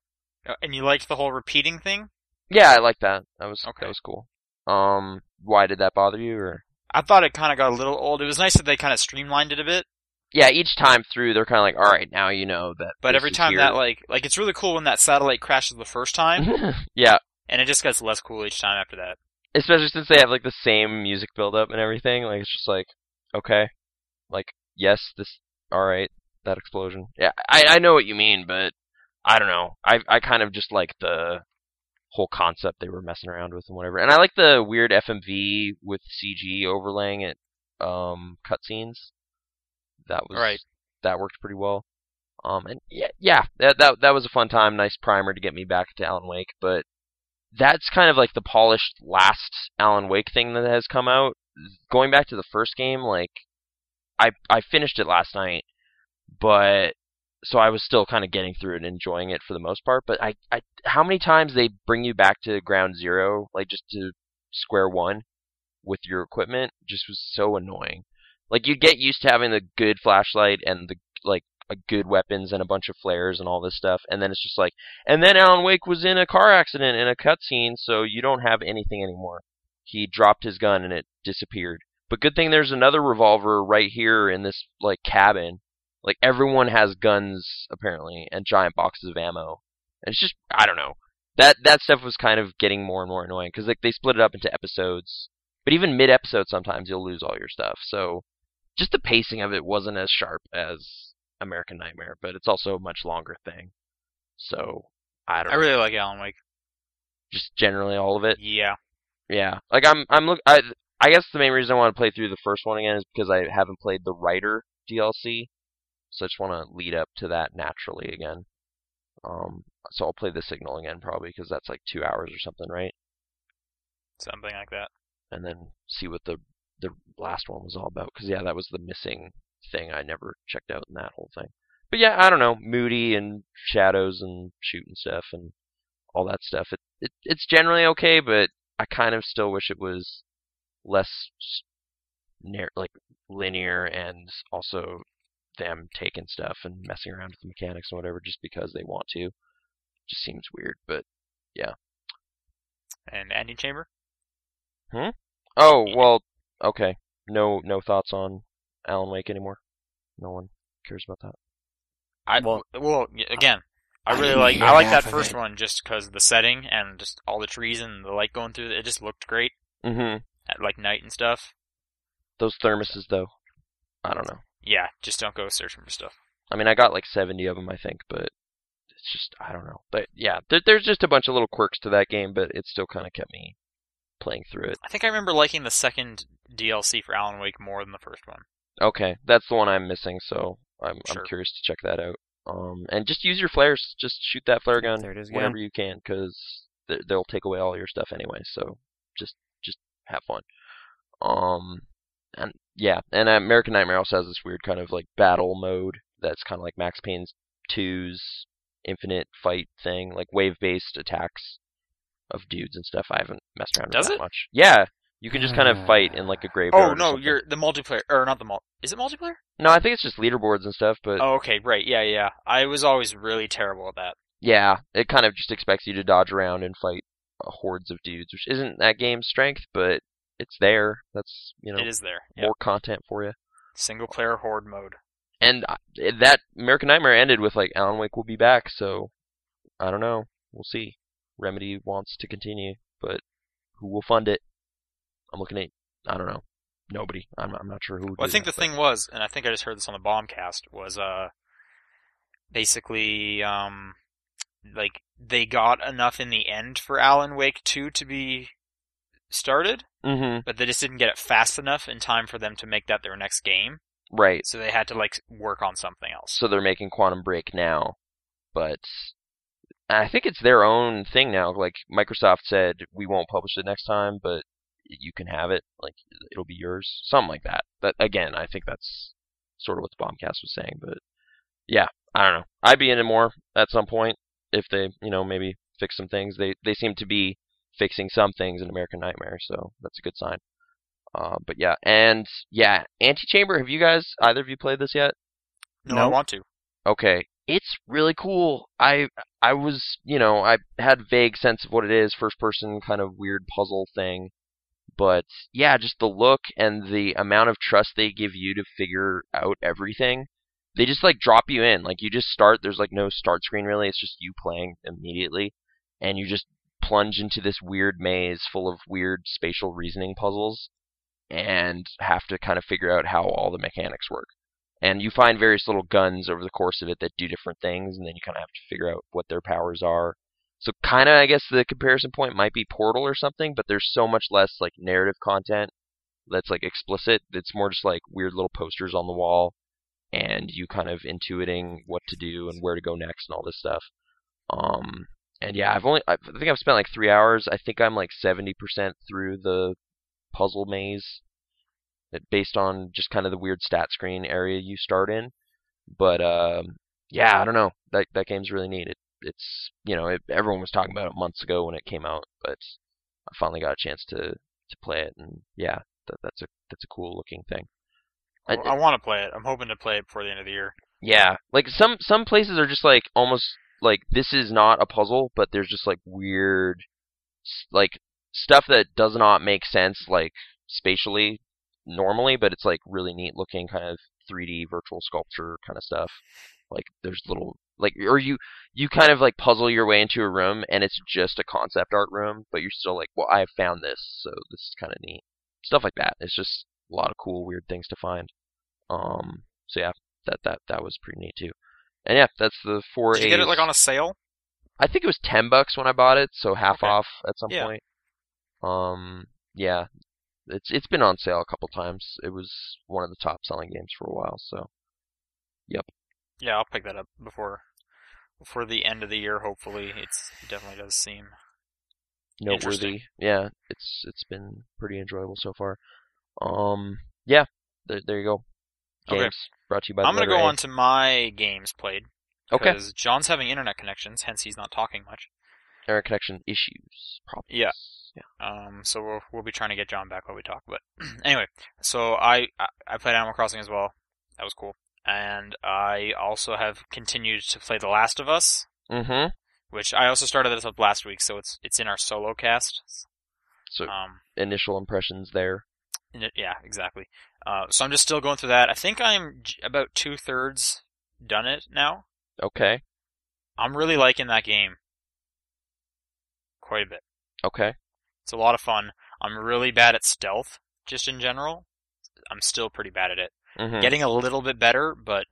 A: Uh, And you liked the whole repeating thing?
C: Yeah, I like that. That was
A: Okay.
C: that was cool. Um, why did that bother you? Or
A: I thought it kind of got a little old. It was nice that they kind of streamlined it a bit,
C: yeah, each time through, they're kind of like, all right, now you know that.
A: but
C: this
A: every
C: is
A: time
C: here." (laughs)
A: that like like it's really cool when that satellite crashes the first
B: Mm-hmm.
A: time,
C: yeah,
A: and it just gets less cool each time after that.
C: especially since they have like the same music build up and everything. Like it's just like, okay, like yes, this, all right, that explosion. Yeah, I I know what you mean, but I don't know. I I kind of just like the whole concept they were messing around with and whatever. And I like the weird FMV with CG overlaying it um cutscenes. That was
A: Right.
C: that worked pretty well. Um and yeah, yeah, that that that was a fun time, nice primer to get me back to Alan Wake, but that's kind of like the polished last Alan Wake thing that has come out. Going back to the first game, like I I finished it last night, but so I was still kind of getting through it and enjoying it for the most part. But I, I how many times they bring you back to ground zero, like just to square one with your equipment, just was so annoying. Like you get used to having the good flashlight and the like a good weapons and a bunch of flares and all this stuff, and then it's just like, and then Alan Wake was in a car accident in a cutscene, so you don't have anything anymore. He dropped his gun and it disappeared. But good thing there's another revolver right here in this like cabin. Like everyone has guns apparently and giant boxes of ammo. And it's just I don't know. That that stuff was kind of getting more and more annoying because like they split it up into episodes. But even mid episode sometimes you'll lose all your stuff. So just the pacing of it wasn't as sharp as American Nightmare, but it's also a much longer thing. So I don't
A: I really like Alan Wake.
C: just generally all of it.
A: Yeah,
C: Yeah, like I'm I'm look I I guess the main reason I want to play through the first one again is because I haven't played the writer DLC, so I just want to lead up to that naturally again. Um, so I'll play the signal again probably because that's like two hours or something, right?
A: something like that.
C: and then see what the the last one was all about. Because yeah, that was the missing thing I never checked out in that whole thing. But yeah, I don't know, moody and shadows and shooting stuff and all that stuff. It, it it's generally okay, but I kind of still wish it was less s- nar- like linear and also them taking stuff and messing around with the mechanics and whatever just because they want to. Just seems weird, but
A: And Andy Chamber.
C: Oh
A: Yeah.
C: well, okay. No, no thoughts on Alan Wake anymore. No one cares about that.
A: I
B: Well-
A: well, y- again, I
B: I
A: really
B: didn't
A: like
B: hear
A: I like
B: half
A: that
B: of
A: first
B: it.
A: one just because the setting and just all the trees and the light going through it. It just looked great
C: Mm-hmm.
A: at like night and stuff.
C: Those thermoses, though, I don't know.
A: Yeah, just don't go searching for stuff.
C: I mean, I got like 70 of them, I think, but it's just I don't know. But yeah, there, there's just a bunch of little quirks to that game, but it still kind of kept me playing through it.
A: I think I remember liking the second DLC for Alan Wake more than the first one.
C: Okay, that's the one I'm missing, so I'm
A: Sure.
C: I'm curious to check that out. Um, and just use your flares. Just shoot that flare gun
B: There it is again.
C: whenever you can, because th- they'll take away all your stuff anyway. So just just have fun. Um, and yeah, and American Nightmare also has this weird kind of like battle mode that's kind of like Max Payne's 2's infinite fight thing, like wave based attacks of dudes and stuff. I haven't messed around
A: Does
C: with that
A: it?
C: much. Yeah, you can just kind of fight in like a graveyard.
A: Oh
C: or
A: no,
C: something.
A: you're the multiplayer or not the mul is it multiplayer?
C: No, I think it's just leaderboards and stuff, but
A: Oh okay, right, yeah, yeah. I was always really terrible at that.
C: yeah, it kind of just expects you to dodge around and fight uh, hordes of dudes, which isn't that game's strength, but it's there. That's you know
A: It is there. Yeah.
C: more content for you.
A: Single player horde mode.
C: And uh, that American Nightmare ended with like Alan Wake will be back, so I don't know. We'll see. Remedy wants to continue, but who will fund it? I'm looking at I don't know. Nobody. I'm I'm not sure who. would
A: Well, I
C: do
A: think the
C: that, but-
A: thing was, and I think I just heard this on the bombcast, was uh basically um like they got enough in the end for Alan Wake two to be started,
C: Mhm.
A: but they just didn't get it fast enough in time for them to make that their next game.
C: Right.
A: So they had to like work on something else.
C: so they're making Quantum Break now, but I think it's their own thing now. Like Microsoft said, we won't publish it next time, but you can have it. Like it'll be yours, something like that. That again, I think that's sort of what the bombcast was saying. But yeah, I don't know. I'd be into more at some point if they, you know, maybe fix some things. They they seem to be fixing some things in American Nightmare, so that's a good sign. Uh, but yeah, and yeah, Antichamber. Have you guys either of you played this yet?
A: No, I
B: No.
A: want to.
C: okay, it's really cool. I I was, you know, I had vague sense of what it is, first person kind of weird puzzle thing. But yeah, just the look and the amount of trust they give you to figure out everything. They just like drop you in. Like you just start, there's like no start screen really. It's just you playing immediately and you just plunge into this weird maze full of weird spatial reasoning puzzles and have to kind of figure out how all the mechanics work and you find various little guns over the course of it that do different things, and then you kind of have to figure out what their powers are. So, kind of, I guess the comparison point might be Portal or something, but there's so much less like narrative content that's like explicit. It's more just like weird little posters on the wall, and you kind of intuiting what to do and where to go next and all this stuff. Um, and yeah, I've only I think I've spent like three hours. I think I'm like seventy percent through the puzzle maze that- based on just kind of the weird stat screen area you start in. But um, yeah, I don't know. That that game's really neat. It, it's you know it, everyone was talking about it months ago when it came out, but I finally got a chance to to play it, and yeah, that, that's a that's a cool looking thing.
A: I,
C: I-
A: I want to play it. I'm hoping to play it before the end of the year.
C: Yeah, like some some places are just like almost like this is not a puzzle, but there's just like weird, s- like stuff that does not make sense like spatially normally, but it's like really neat looking kind of 3D virtual sculpture kind of stuff. Like there's little like or you you kind of like puzzle your way into a room and it's just a concept art room, but you're still like, well, I found this, so this is kind of neat. Stuff like that. It's just a lot of cool weird things to find. Um, so yeah, that that that was pretty neat too. And yeah, that's the four.
A: Did you get it
C: A's.
A: like on a sale?
C: I think it was ten bucks when I bought it, so half
A: Okay.
C: off at some
A: Yeah.
C: point. Um, yeah, it's it's been on sale a couple times. It was one of the top selling games for a while. So
A: Yeah, I'll pick that up before before the end of the year. Hopefully, it's, it definitely does seem
C: noteworthy. Yeah, it's it's been pretty enjoyable so far. Um, yeah, there, there you go.
A: Okay.
C: Games brought to you by.
A: I'm
C: the
A: gonna
C: letter
A: go
C: A.
A: on to my games played.
C: Okay,
A: Because John's having internet connections, hence he's not talking much.
C: internet connection issues. Problems.
A: Yeah. Um, so we'll we'll be trying to get John back while we talk. But (clears throat) anyway, so I I- I played Animal Crossing as well. That was cool. And I also have continued to play The Last of Us,
C: Yeah. Mm-hmm.
A: which I also started this up last week, so it's it's in our solo cast.
C: So
A: Um,
C: initial impressions there.
A: and it- yeah, exactly. Uh, so I'm just still going through that. I think I'm j- about two thirds done it now.
C: Okay.
A: I'm really liking that game quite a bit.
C: Okay.
A: It's a lot of fun. I'm really bad at stealth, just in general. I'm still pretty bad at it.
C: hmm
A: Getting a little bit better, but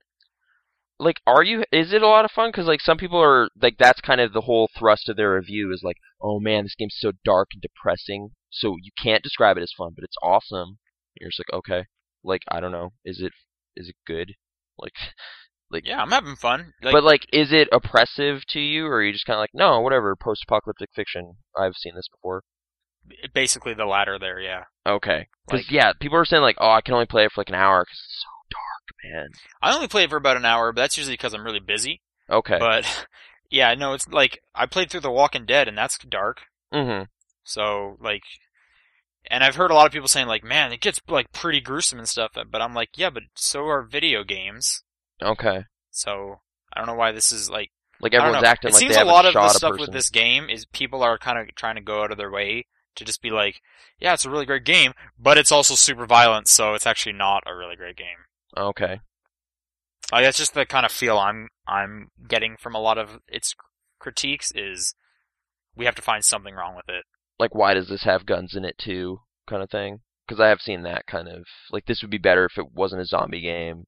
C: like, are you? Is it a lot of fun? Because like some people are like that's kind of the whole thrust of their review is like, oh man, this game's so dark and depressing, so you can't describe it as fun, but it's awesome. You're just like, okay, like I don't know, is it is it good? Like, like
A: yeah, I'm having fun. Like,
C: but like, is it oppressive to you, or are you just kind of like, no, whatever, post-apocalyptic fiction? I've seen this before.
A: basically the latter there, yeah.
C: Okay, because
A: Like-
C: yeah, people are saying like, oh, I can only play it for like an hour because it's so dark,
A: I only play it for about an hour, but that's usually because I'm really busy.
C: man. Okay.
A: But (laughs) yeah, no, it's like I played through The Walking Dead, and that's dark.
C: mm-hmm.
A: So like, and I've heard a lot of people saying like, man, it gets like pretty gruesome and stuff. But I'm like, yeah, but so are video games.
C: Okay.
A: So I don't know why this is like.
C: Like
A: I don't
C: everyone's
A: know.
C: acting
A: it
C: like
A: seems
C: they
A: a lot
C: haven't
A: of the
C: shot a
A: stuff
C: person.
A: with this game is people are kind of trying to go out of their way to just be like, yeah, it's a really great game, but it's also super violent, so it's actually not a really great game.
C: Okay.
A: Like that's just the kind of feel I'm I'm getting from a lot of its critiques is we have to find something wrong with it.
C: Like, why does this have guns in it too? Kind of thing. Because I have seen that kind of like this would be better if it wasn't a zombie game.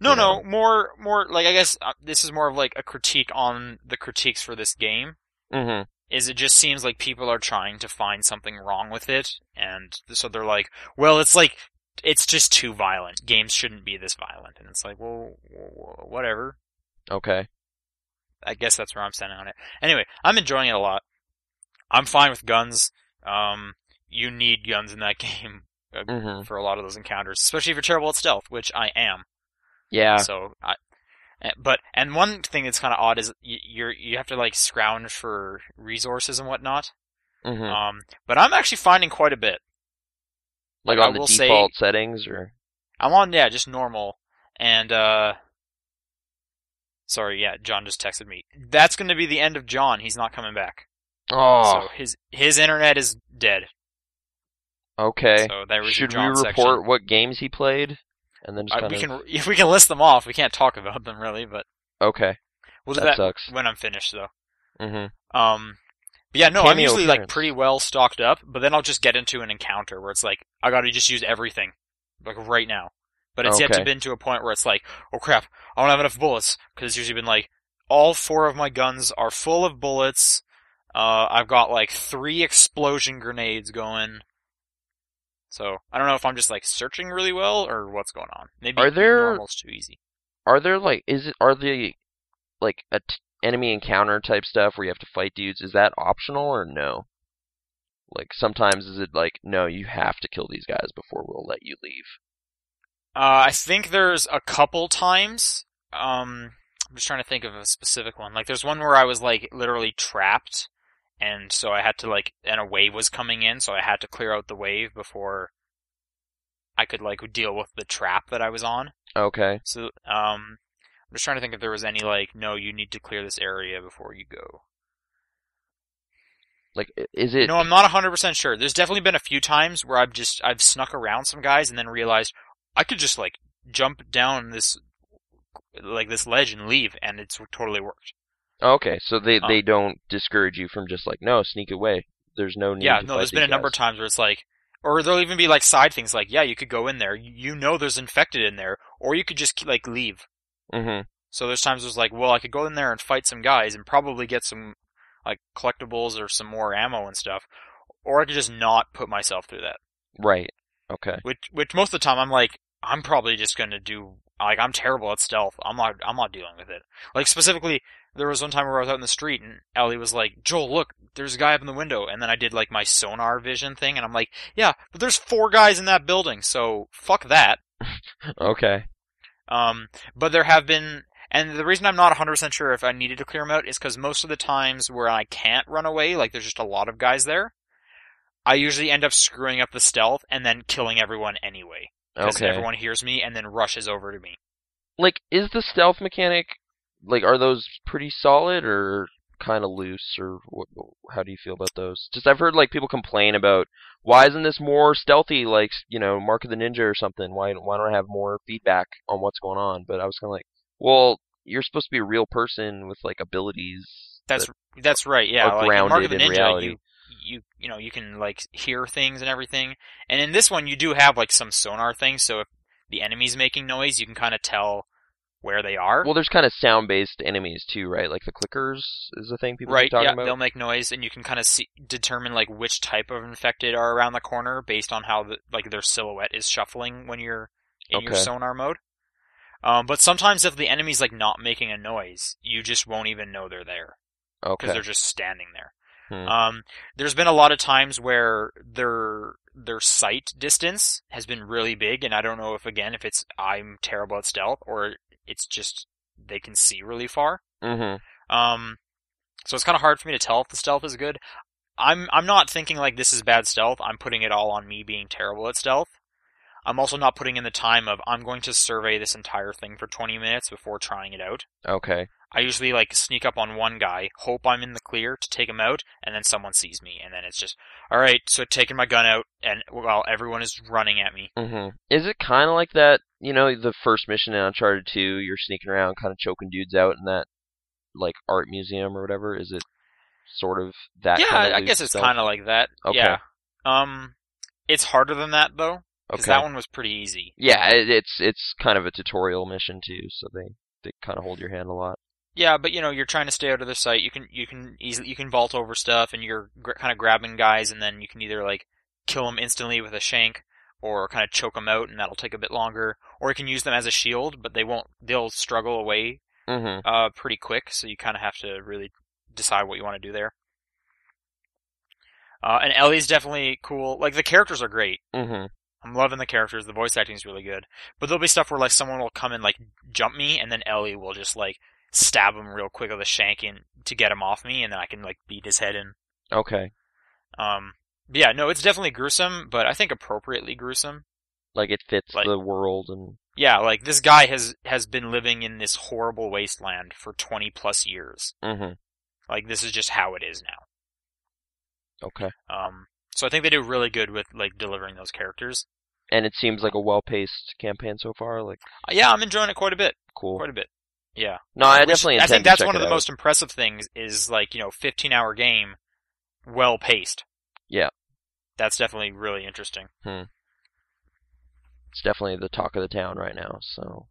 A: No,
C: Yeah.
A: no, more more like I guess uh, this is more of like a critique on the critiques for this game.
C: Mm-hmm.
A: Is it just seems like people are trying to find something wrong with it, and so they're like, well, it's like it's just too violent. Games shouldn't be this violent, and it's like, well, w- w- whatever.
C: Okay.
A: I guess that's where I'm standing on it. Anyway, I'm enjoying it a lot. I'm fine with guns. Um, you need guns in that (laughs) game
C: Mm-hmm.
A: for a lot of those encounters, especially if you're terrible at stealth, which I am.
C: Yeah.
A: So I, eh, but and one thing that's kind of odd is y- you're you have to like scrounge for resources and whatnot.
C: Mm-hmm.
A: Um, but I'm actually finding quite a bit.
C: Like
A: I
C: on the
A: will say-
C: default settings, or
A: I'm on yeah, just normal and uh. Sorry, yeah, John just texted me. That's going to be the end of John. He's not coming back.
C: oh,
A: So his his internet is dead.
C: okay.
A: So there was your
C: Should we
A: John
C: report
A: section.
C: what games he played? And then just
A: Uh,
C: kind
A: we
C: of
A: can (laughs) we can list them off. We can't talk about them really, but
C: okay.
A: we'll do that,
C: That, sucks.
A: when I'm finished though.
C: Mm-hmm.
A: Um, but yeah, no, I'm
C: Cameo
A: usually like
C: appearance.
A: pretty well stocked up, but then I'll just get into an encounter where it's like I gotta just use everything, like right now. But it's yet to
C: Okay.
A: been to a point where it's like, oh crap, I don't have enough bullets because it's usually been like all four of my guns are full of bullets. Uh, I've got like three explosion grenades going. So I don't know if I'm just like searching really well or what's going on. Maybe
C: Are there-
A: normal's too easy.
C: Are there like is it are the like a t- enemy encounter type stuff where you have to fight dudes? Is that optional or no? Like sometimes is it like no, you have to kill these guys before we'll let you leave.
A: Uh, I think there's a couple times. Um, I'm just trying to think of a specific one. Like, there's one where I was like literally trapped, and so I had to like, and a wave was coming in, so I had to clear out the wave before I could like deal with the trap that I was on.
C: Okay.
A: So, um, I'm just trying to think if there was any like, no, you need to clear this area before you go.
C: Like i- is it
A: No, I'm not 100% sure. There's definitely been a few times where I've just I've snuck around some guys and then realized I could just like jump down this like this ledge and leave and it's totally worked.
C: Okay, so they
A: Uh.
C: they don't discourage you from just like no, sneak away. There's no need
A: yeah,
C: to
A: no,
C: fight
A: there's been
C: these
A: a number of
C: guys.
A: times where it's like or there'll even be like side things like, yeah, you could go in there. You know there's infected in there or you could just like leave.
C: Mhm.
A: So there's times it's like, well, I could go in there and fight some guys and probably get some like collectibles or some more ammo and stuff or I could just not put myself through that.
C: Right.
A: (clears throat)
C: Okay.
A: which which most of the time I'm like I'm probably just gonna do like I'm terrible at stealth. I'm not I'm not dealing with it. Like specifically, there was one time where I was out in the street and Ellie was like, "Joel, look, there's a guy up in the window," and then I did like my sonar vision thing, and I'm like, "Yeah, but there's four guys in that building, so fuck that."
C: Okay.
A: Um, but there have been, and the reason I'm not 100% sure if I needed to clear them out is because most of the times where I can't run away, like there's just a lot of guys there, I usually end up screwing up the stealth and then killing everyone anyway. Because
C: Okay.
A: everyone hears me and then rushes over to me.
C: Like is the stealth mechanic like are those pretty solid or kind of loose or what, how do you feel about those? Just I've heard like people complain about why isn't this more stealthy like, you know, Mark of the Ninja or something? Why why don't I have more feedback on what's going on? But I was kind of like, well, you're supposed to be a real person with like abilities.
A: That's
C: that-
A: that's right. Yeah,
C: are
A: like in Mark of
C: grounded
A: a
C: in
A: Ninja,
C: reality.
A: you you you know you can like hear things and everything. And in this one, you do have like some sonar thing, so if the enemy's making noise, you can kind of tell where they are.
C: well, there's kind of sound-based enemies too, right? Like the clickers is the thing people
A: right?
C: keep talking
A: yeah,
C: about.
A: they'll make noise, and you can kind of see determine like which type of infected are around the corner based on how the, like their silhouette is shuffling when you're in your
C: Okay.
A: sonar mode. Um, but sometimes if the enemy's like not making a noise, you just won't even know they're there. because
C: okay.
A: they're just standing there.
C: Hmm.
A: Um, there's been a lot of times where their their sight distance has been really big, and I don't know if again if it's I'm terrible at stealth or it's just they can see really far.
C: Mm-hmm.
A: Um, so it's kind of hard for me to tell if the stealth is good. I'm I'm not thinking like this is bad stealth. I'm putting it all on me being terrible at stealth. I'm also not putting in the time of I'm going to survey this entire thing for 20 minutes before trying it out.
C: Okay.
A: I usually like sneak up on one guy, hope I'm in the clear to take him out, and then someone sees me, and then it's just all right. So taking my gun out, and while everyone is running at me,
C: hmm Is it kind of like that? You know, the first mission in Uncharted Two, you're sneaking around, kind of choking dudes out in that like art museum or whatever. Is it sort of that?
A: yeah,
C: kind of
A: I guess it's kind of like that.
C: Okay.
A: Yeah, um, it's harder than that though, because
C: okay.
A: that one was pretty easy.
C: Yeah, it, it's it's kind of a tutorial mission too, so they they kind of hold your hand a lot.
A: Yeah, but you know, you're trying to stay out of their sight. You can you can easily you can vault over stuff, and you're gr- kind of grabbing guys, and then you can either like kill them instantly with a shank, or kind of choke them out, and that'll take a bit longer. Or you can use them as a shield, but they won't. They'll struggle away
C: Mm-hmm.
A: uh, pretty quick, so you kind of have to really decide what you want to do there. Uh, and Ellie's definitely cool. Like the characters are great.
C: Mm-hmm.
A: I'm loving the characters. The voice acting is really good. But there'll be stuff where like someone will come and like jump me, and then Ellie will just like stab him real quick with a shank in to get him off me, and then I can like beat his head in.
C: Okay.
A: Um, but yeah, no, it's definitely gruesome, but I think appropriately gruesome.
C: Like it fits
A: Like-
C: the world and
A: Yeah, like this guy has has been living in this horrible wasteland for 20 plus years.
C: mm-hmm.
A: Like this is just how it is now.
C: okay.
A: Um, so I think they do really good with like delivering those characters.
C: And it seems like a well-paced campaign so far. Like
A: Uh, yeah, I'm enjoying it quite a bit,
C: cool.
A: quite a bit. Yeah,
C: No, I
A: Which
C: definitely.
A: I
C: intend
A: think
C: to
A: that's
C: check
A: one
C: it
A: of the
C: out.
A: most impressive things is like you know, 15 hour game, well paced.
C: Yeah.
A: that's definitely really interesting.
C: It's definitely the talk of the town right now. So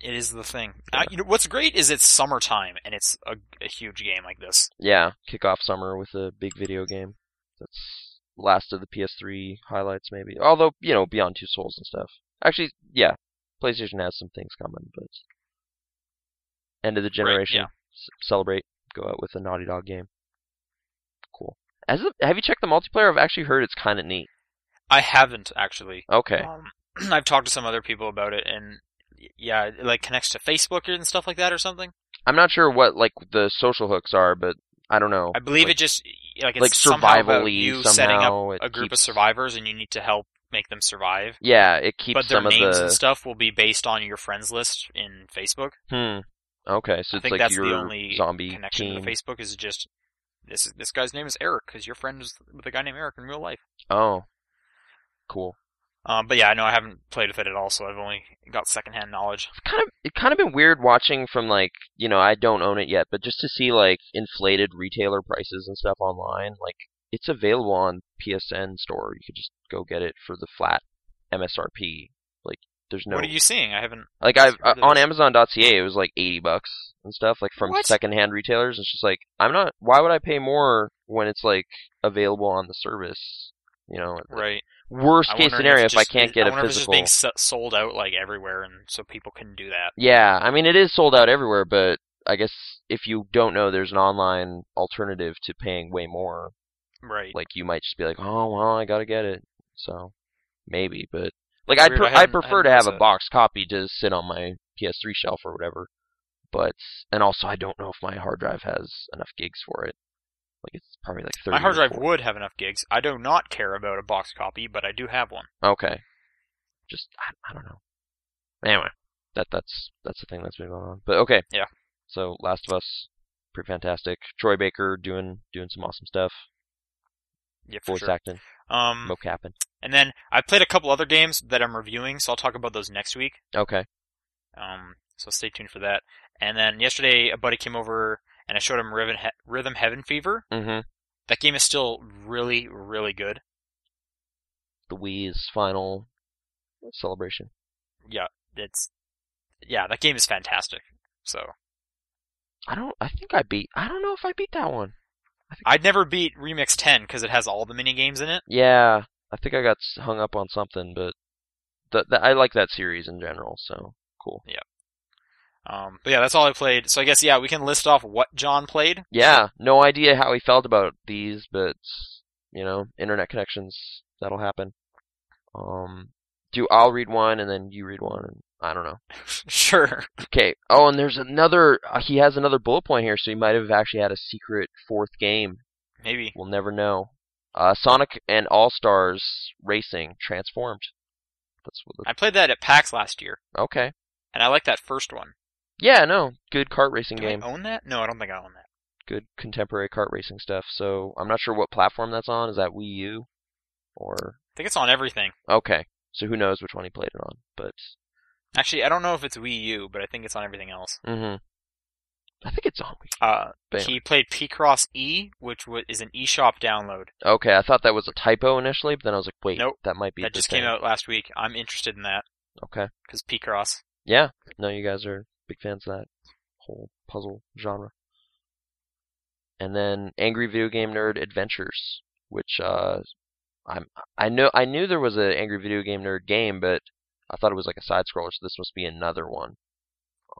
A: It is the thing.
C: Yeah.
A: Uh, you know, what's great is it's summertime and it's a, a huge game like this.
C: yeah, kick off summer with a big video game. That's last of the PS3 highlights, maybe. Although you know, Beyond Two Souls and stuff. Actually, yeah, PlayStation has some things coming, but end of the generation.
A: yeah.
C: S- celebrate. Go out with a Naughty Dog game. Cool. As of, have you checked the multiplayer? I've actually heard it's kind of neat.
A: I haven't actually.
C: Okay.
A: Um, (clears throat) I've talked to some other people about it and y- yeah, it like connects to Facebook and stuff like that or something.
C: I'm not sure what like the social hooks are, but I don't know.
A: I believe
C: Oh, Like-
A: it just like it's
C: like
A: somehow
C: survival
A: about
C: league
A: you
C: somehow.
A: setting up
C: it
A: a group of
C: keeps-
A: survivors and you need to help make them survive.
C: Yeah, it keeps
A: but their
C: some of
A: names
C: the
A: and stuff will be based on your friends list in Facebook.
C: Hmm. Okay, so
A: I
C: it's
A: think
C: like
A: that's
C: your
A: the only
C: zombie
A: connection
C: team.
A: to Facebook is just this this guy's name is Eric because your friend is with a guy named Eric in real life.
C: Oh, cool.
A: Um, but yeah, I know I haven't played with it at all, so I've only got secondhand knowledge.
C: It's kind of it kind of been weird watching from like you know I don't own it yet, but just to see like inflated retailer prices and stuff online. Like it's available on PSN store. You could just go get it for the flat MSRP. Like there's no
A: What are you seeing? I haven't.
C: like I've
A: Heard of
C: on
A: this.
C: Amazon.ca it was like eighty bucks and stuff like from
A: What?
C: secondhand retailers. It's just like I'm not. Why would I pay more when it's like available on the service? You know,
A: Right.
C: worst
A: I'm
C: case
A: wondering
C: scenario
A: it's
C: if I
A: just-
C: can't get
A: I
C: a
A: wonder if it's just
C: physical.
A: being s- sold out like everywhere, and so people can do that.
C: Yeah, I mean it is sold out everywhere, but I guess if you don't know, there's an online alternative to paying way more.
A: Right.
C: Like you might just be like, oh well, I gotta get it. So maybe, but like
A: That's
C: I
A: weird,
C: pre-
A: I hadn't-
C: I prefer
A: hadn't
C: to have
A: noticed
C: a
A: that.
C: box copy to sit on my PS3 shelf or whatever. But and also I don't know if my hard drive has enough gigs for it. Like it's probably like thirty.
A: My hard
C: or
A: drive
C: 40.
A: would have enough gigs. I do not care about a box copy, but I do have one.
C: Okay. Just I, I don't know. Anyway, that that's that's the thing that's been going on. But okay.
A: Yeah.
C: So Last of Us, pretty fantastic. Troy Baker doing doing some awesome stuff.
A: Yeah, for
C: Voice
A: sure.
C: acting,
A: Um,
C: mocapping.
A: and then I played a couple other games that I'm reviewing, so I'll talk about those next week.
C: Okay.
A: Um, So stay tuned for that. And then yesterday, a buddy came over and I showed him Rhythm, he- Rhythm Heaven Fever.
C: Mm-hmm.
A: That game is still really, really good.
C: The Wii's final celebration.
A: Yeah, it's yeah, that game is fantastic. So
C: I don't. I think I beat. I don't know if I beat that one.
A: I'd never beat Remix 10 because it has all the mini games in it.
C: Yeah, I think I got s- hung up on something, but th- th- I like that series in general. So cool.
A: Um, but yeah, that's all I played. So I guess yeah, we can list off what John played. (laughs)
C: Yeah, no idea how he felt about these, but you know, internet connections that'll happen. Um, do I'll read one and then you read one. And I don't know.
A: sure.
C: Okay. Oh, and there's another. Uh, he has another bullet point here, so he might have actually had a secret fourth game.
A: Maybe.
C: We'll never know. Uh, Sonic and All Stars Racing transformed. That's what.
A: I played that at PAX last year,
C: The, okay.
A: and I like that first one.
C: Yeah, no, good kart racing
A: Do I
C: game.
A: own that? No, I don't think I own that.
C: Good contemporary kart racing stuff. So I'm not sure what platform that's on. Is that Wii U, or
A: I think it's on everything.
C: okay? So who knows which one he played it on? But
A: Actually, I don't know if it's Wii U, but I think it's on everything else.
C: hmm I think it's on Wii.
A: Uh,
C: Bam.
A: he played P Cross E, which wa is an eShop download
C: Okay, I thought that was a typo initially, but then I was like, wait,
A: Nope.
C: that might be
A: that
C: the
A: just
C: thing.
A: came out last week. I'm interested in that
C: Okay.
A: because P Cross.
C: Yeah. No, you guys are big fans of that whole puzzle genre. And then Angry Video Game Nerd Adventures, which uh I'm I know I knew there was an Angry Video Game Nerd game, but I thought it was like a side scroller, so this must be another one.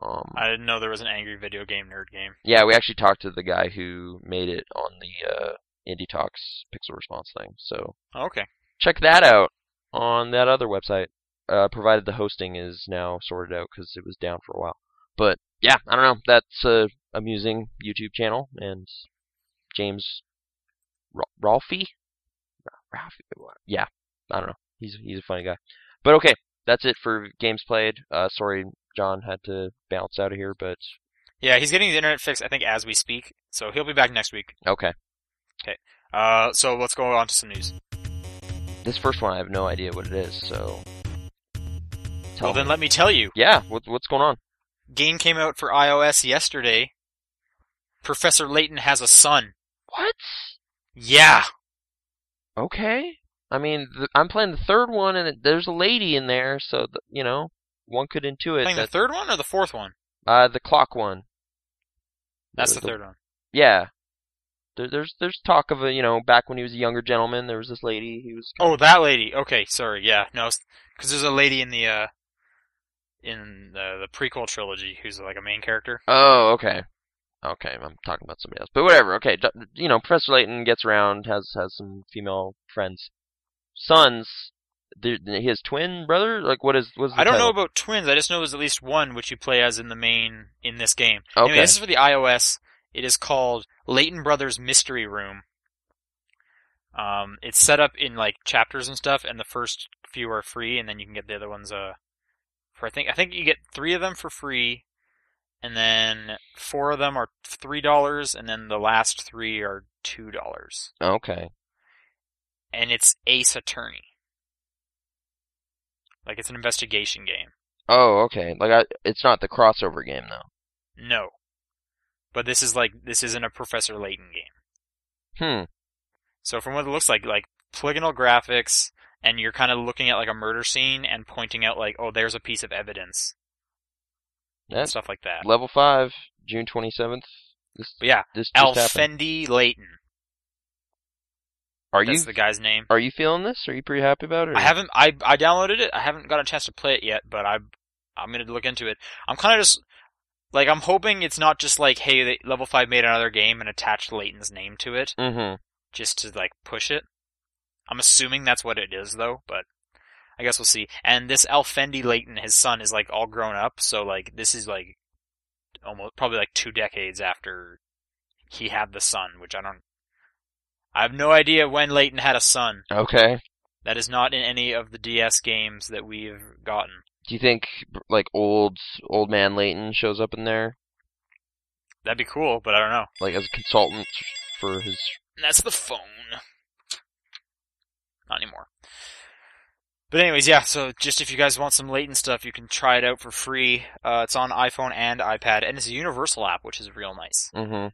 C: Um
A: I didn't know there was an angry video game nerd game.
C: yeah, we actually talked to the guy who made it on the uh Indie Talks Pixel Response thing. So
A: Oh, Okay.
C: check that out on that other website, uh, provided the hosting is now sorted out because it was down for a while. But yeah, I don't know. That's a amusing YouTube channel, and James Ra- Ralphie, Ra- Ralphie, yeah, I don't know. He's he's a funny guy. But okay, that's it for games played. Uh, sorry, John had to bounce out of here, but
A: Yeah, he's getting the internet fixed. I think as we speak, so he'll be back next week.
C: okay.
A: Uh, so let's go on to some news.
C: This first one, I have no idea what it is. So, tell
A: well, then
C: me.
A: let me tell you.
C: yeah, what, what's going on?
A: Game came out for iOS yesterday. Professor Layton has a son.
C: What?
A: Yeah.
C: Okay. I mean, th- I'm playing the third one, and it, there's a lady in there, so th- you know, one could intuit
A: Playing the
C: that
A: third one or the fourth one?
C: uh, the clock one.
A: That's
C: Or
A: the third one.
C: Yeah. There, there's there's talk of a you know back when he was a younger gentleman, there was this lady who was
A: Oh, that lady. Okay, sorry. Yeah, no, because there's a lady in the uh, in the, the prequel trilogy who's like a main character.
C: Oh, okay. Okay, I'm talking about somebody else, but whatever. Okay, d- you know, Professor Layton gets around, has has some female friends, sons. There- His twin brother, like what is what's the
A: I don't know
C: title?
A: about twins. I just know there's at least one which you play as in the main in this game.
C: Okay,
A: Anyway, this is for the iOS. It is called Leighton Brothers Mystery Room. Um, it's set up in like chapters and stuff, and the first few are free, and then you can get the other ones. Uh, for I think I think you get three of them for free, and then four of them are three dollars, and then the last three are two dollars.
C: okay.
A: And it's Ace Attorney. Like it's an investigation game.
C: Oh, okay. Like I, it's not the crossover game though.
A: No, but this is like this isn't a Professor Layton game.
C: Hmm.
A: So from what it looks like, like polygonal graphics, and you're kind of looking at like a murder scene and pointing out like, oh, there's a piece of evidence and
C: That's
A: stuff like that.
C: level five, June twenty seventh. This
A: But yeah,
C: this just happened.
A: Alfendi Layton.
C: Are you
A: That's the guy's name.
C: are you feeling this? Are you pretty happy about it? or-
A: I haven't. I I downloaded it. I haven't got a chance to play it yet, but I I'm gonna look into it. I'm kind of just like I'm hoping it's not just like, hey, they, level five made another game and attached Layton's name to it
C: Mhm.
A: just to like push it. I'm assuming that's what it is though, but I guess we'll see. And this Alfendi Layton, his son, is like all grown up, so like this is like almost probably like two decades after he had the son, which I don't. I have no idea when Layton had a son.
C: Okay.
A: That is not in any of the DS games that we've gotten.
C: Do you think like old old man Layton shows up in there
A: That'd be cool, but I don't know.
C: like as a consultant for his?
A: That's the phone. Not anymore. But anyways, yeah. So just if you guys want some latent stuff, you can try it out for free. Uh, it's on iPhone and iPad, and it's a universal app, which is real nice.
C: Mm-hmm.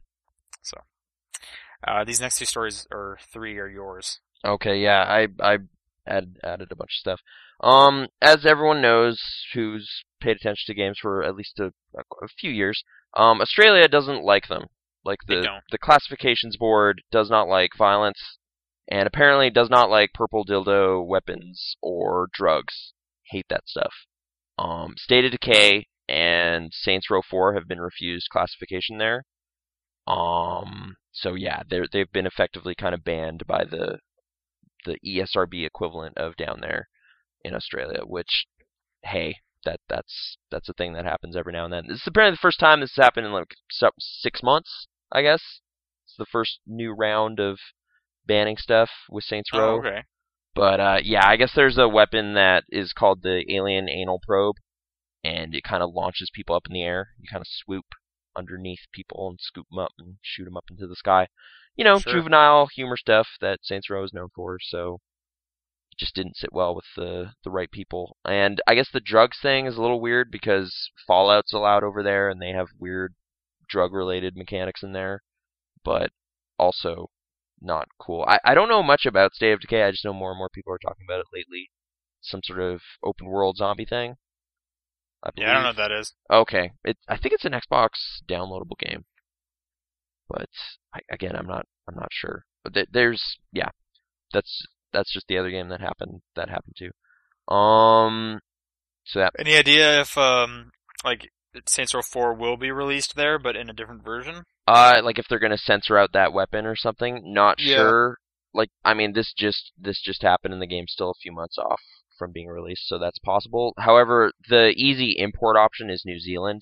A: Uh, these next two stories or three are yours.
C: Okay, yeah, I I added added a bunch of stuff. Um, as everyone knows, who's paid attention to games for at least a, a few years, um, Australia doesn't like them. Like
A: They
C: the
A: don't.
C: the classifications board does not like violence, and apparently does not like purple dildo weapons or drugs. Hate that stuff. Um, State of Decay and Saints Row 4 have been refused classification there. Um, so yeah, they are they've been effectively kind of banned by the the E ESRB equivalent of down there in Australia, which hey, that that's that's a thing that happens every now and then. This is apparently the first time this has happened in like so- 6 months, I guess. It's the first new round of banning stuff with Saints Row.
A: Oh, okay.
C: But uh, yeah, I guess there's a weapon that is called the alien anal probe, and it kind of launches people up in the air. You kind of swoop underneath people and scoop them up and shoot them up into the sky. You know,
A: Sure.
C: juvenile humor stuff that Saints Row is known for. So it just didn't sit well with the the right people. And I guess the drugs thing is a little weird because Fallout's allowed over there, and they have weird drug related mechanics in there. But also, not cool. I, I don't know much about State of Decay. I just know more and more people are talking about it lately. Some sort of open world zombie thing. I
A: Yeah, I don't know
C: believe.
A: what that is.
C: Okay, it, I think it's an Xbox downloadable game, but I, again, I'm not I'm not sure. But th- there's yeah, that's that's just the other game that happened that happened too. Um, so that
A: Any idea if um like Saints Row 4 will be released there, but in a different version?
C: Uh, like if they're gonna censor out that weapon or something. Not
A: Yeah.
C: sure. Like, I mean, this just this just happened, and the game's still a few months off from being released, so that's possible. However, the easy import option is New Zealand,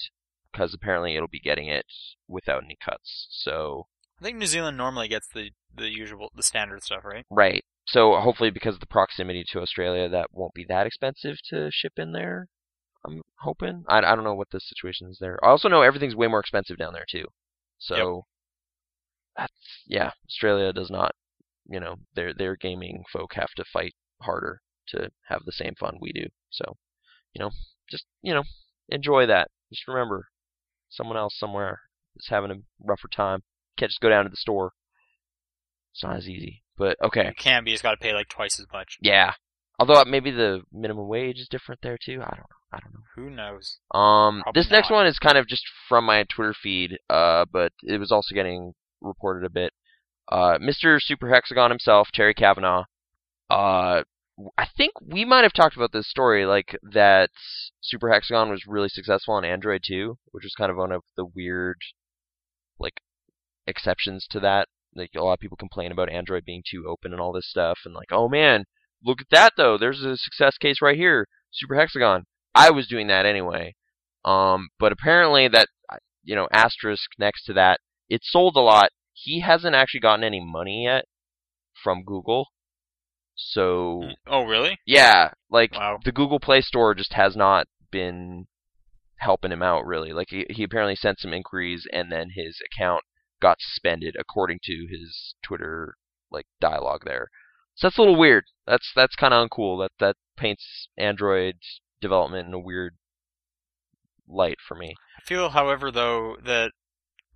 C: because apparently it'll be getting it without any cuts. So
A: I think New Zealand normally gets the the usual the standard stuff, right?
C: right. So hopefully, because of the proximity to Australia, that won't be that expensive to ship in there. I'm hoping. I, I don't know what the situation is there. I also know everything's way more expensive down there too. So that's yeah, Australia does not, you know, their their gaming folk have to fight harder to have the same fun we do. So, you know, just, you know, enjoy that. Just remember someone else somewhere is having a rougher time. Can't just go down to the store. It's not as easy. But okay.
A: It can be. It's got to pay like twice as much.
C: Yeah. Although uh, maybe the minimum wage is different there too. I don't know. I don't know.
A: Who knows?
C: Um,
A: Probably
C: this next
A: not.
C: one is kind of just from my Twitter feed, uh, but it was also getting reported a bit. Uh, Mr. Super Hexagon himself, Terry Kavanaugh. Uh, w- I think we might have talked about this story, like that Super Hexagon was really successful on Android too, which was kind of one of the weird, like, exceptions to that. Like a lot of people complain about Android being too open and all this stuff, and like, oh man, look at that though. There's a success case right here, Super Hexagon. I was doing that anyway. Um, but apparently that you know asterisk next to that, it sold a lot. He hasn't actually gotten any money yet from Google. So
A: Oh, really?
C: yeah, like
A: Wow.
C: the Google Play Store just has not been helping him out really. Like he, he apparently sent some inquiries and then his account got suspended according to his Twitter like dialogue there. So that's a little weird. That's that's kind of uncool. That that paints Android development in a weird light for me.
A: I feel, however, though that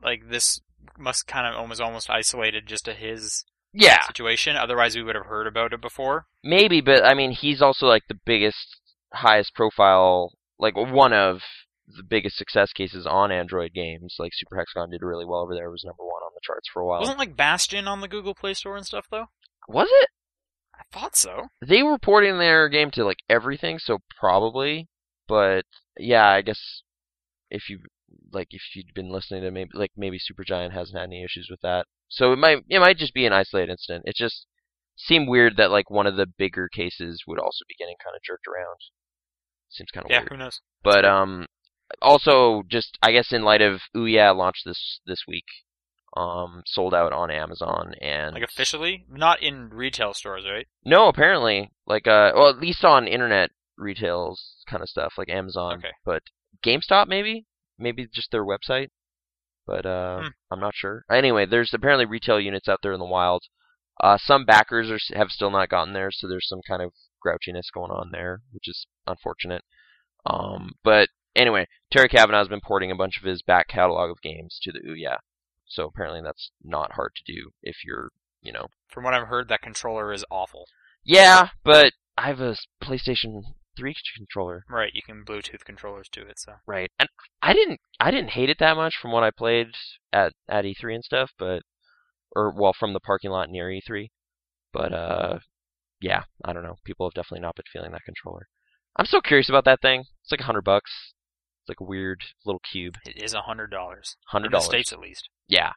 A: like this must kind of almost almost isolated just to his
C: Yeah,
A: situation. Otherwise, we would have heard about it before.
C: Maybe, but I mean, he's also like the biggest, highest profile, like one of the biggest success cases on Android games. Like Super Hexagon did really well over there. Was number one on the charts for a while.
A: Wasn't like Bastion on the Google Play Store and stuff though?
C: Was it?
A: I thought so.
C: They were porting their game to like everything, so probably. But yeah, I guess if you like, if you'd been listening to maybe like maybe Supergiant hasn't had any issues with that, so it might it might just be an isolated incident. It just seemed weird that like one of the bigger cases would also be getting kind of jerked around. Seems kind of
A: Yeah,
C: weird.
A: who knows?
C: But um, also just I guess in light of Ooh Yeah launched this this week, um, sold out on Amazon and
A: Like officially, not in retail stores, right?
C: no, apparently like uh, well at least on internet retails kind of stuff like Amazon.
A: Okay.
C: But GameStop maybe maybe just their website, but uh,
A: Hmm.
C: I'm not sure. Anyway, there's apparently retail units out there in the wild. Uh, some backers are, s- have still not gotten there, so there's some kind of grouchiness going on there, which is unfortunate. Um, but anyway, Terry Kavanaugh's been porting a bunch of his back catalog of games to the Ouya, so apparently that's not hard to do if you're, you know.
A: From what I've heard, that controller is awful.
C: Yeah, but I have a PlayStation 3 controller.
A: Right, you can Bluetooth controllers to it, so
C: Right. And I didn't I didn't hate it that much from what I played at at E3 and stuff, but or well from the parking lot near E3. But uh yeah, I don't know. People have definitely not been feeling that controller. I'm still curious about that thing. It's like a 100 bucks. It's like a weird little cube.
A: it is a hundred dollars.
C: $100.
A: In the states, at least.
C: Yeah.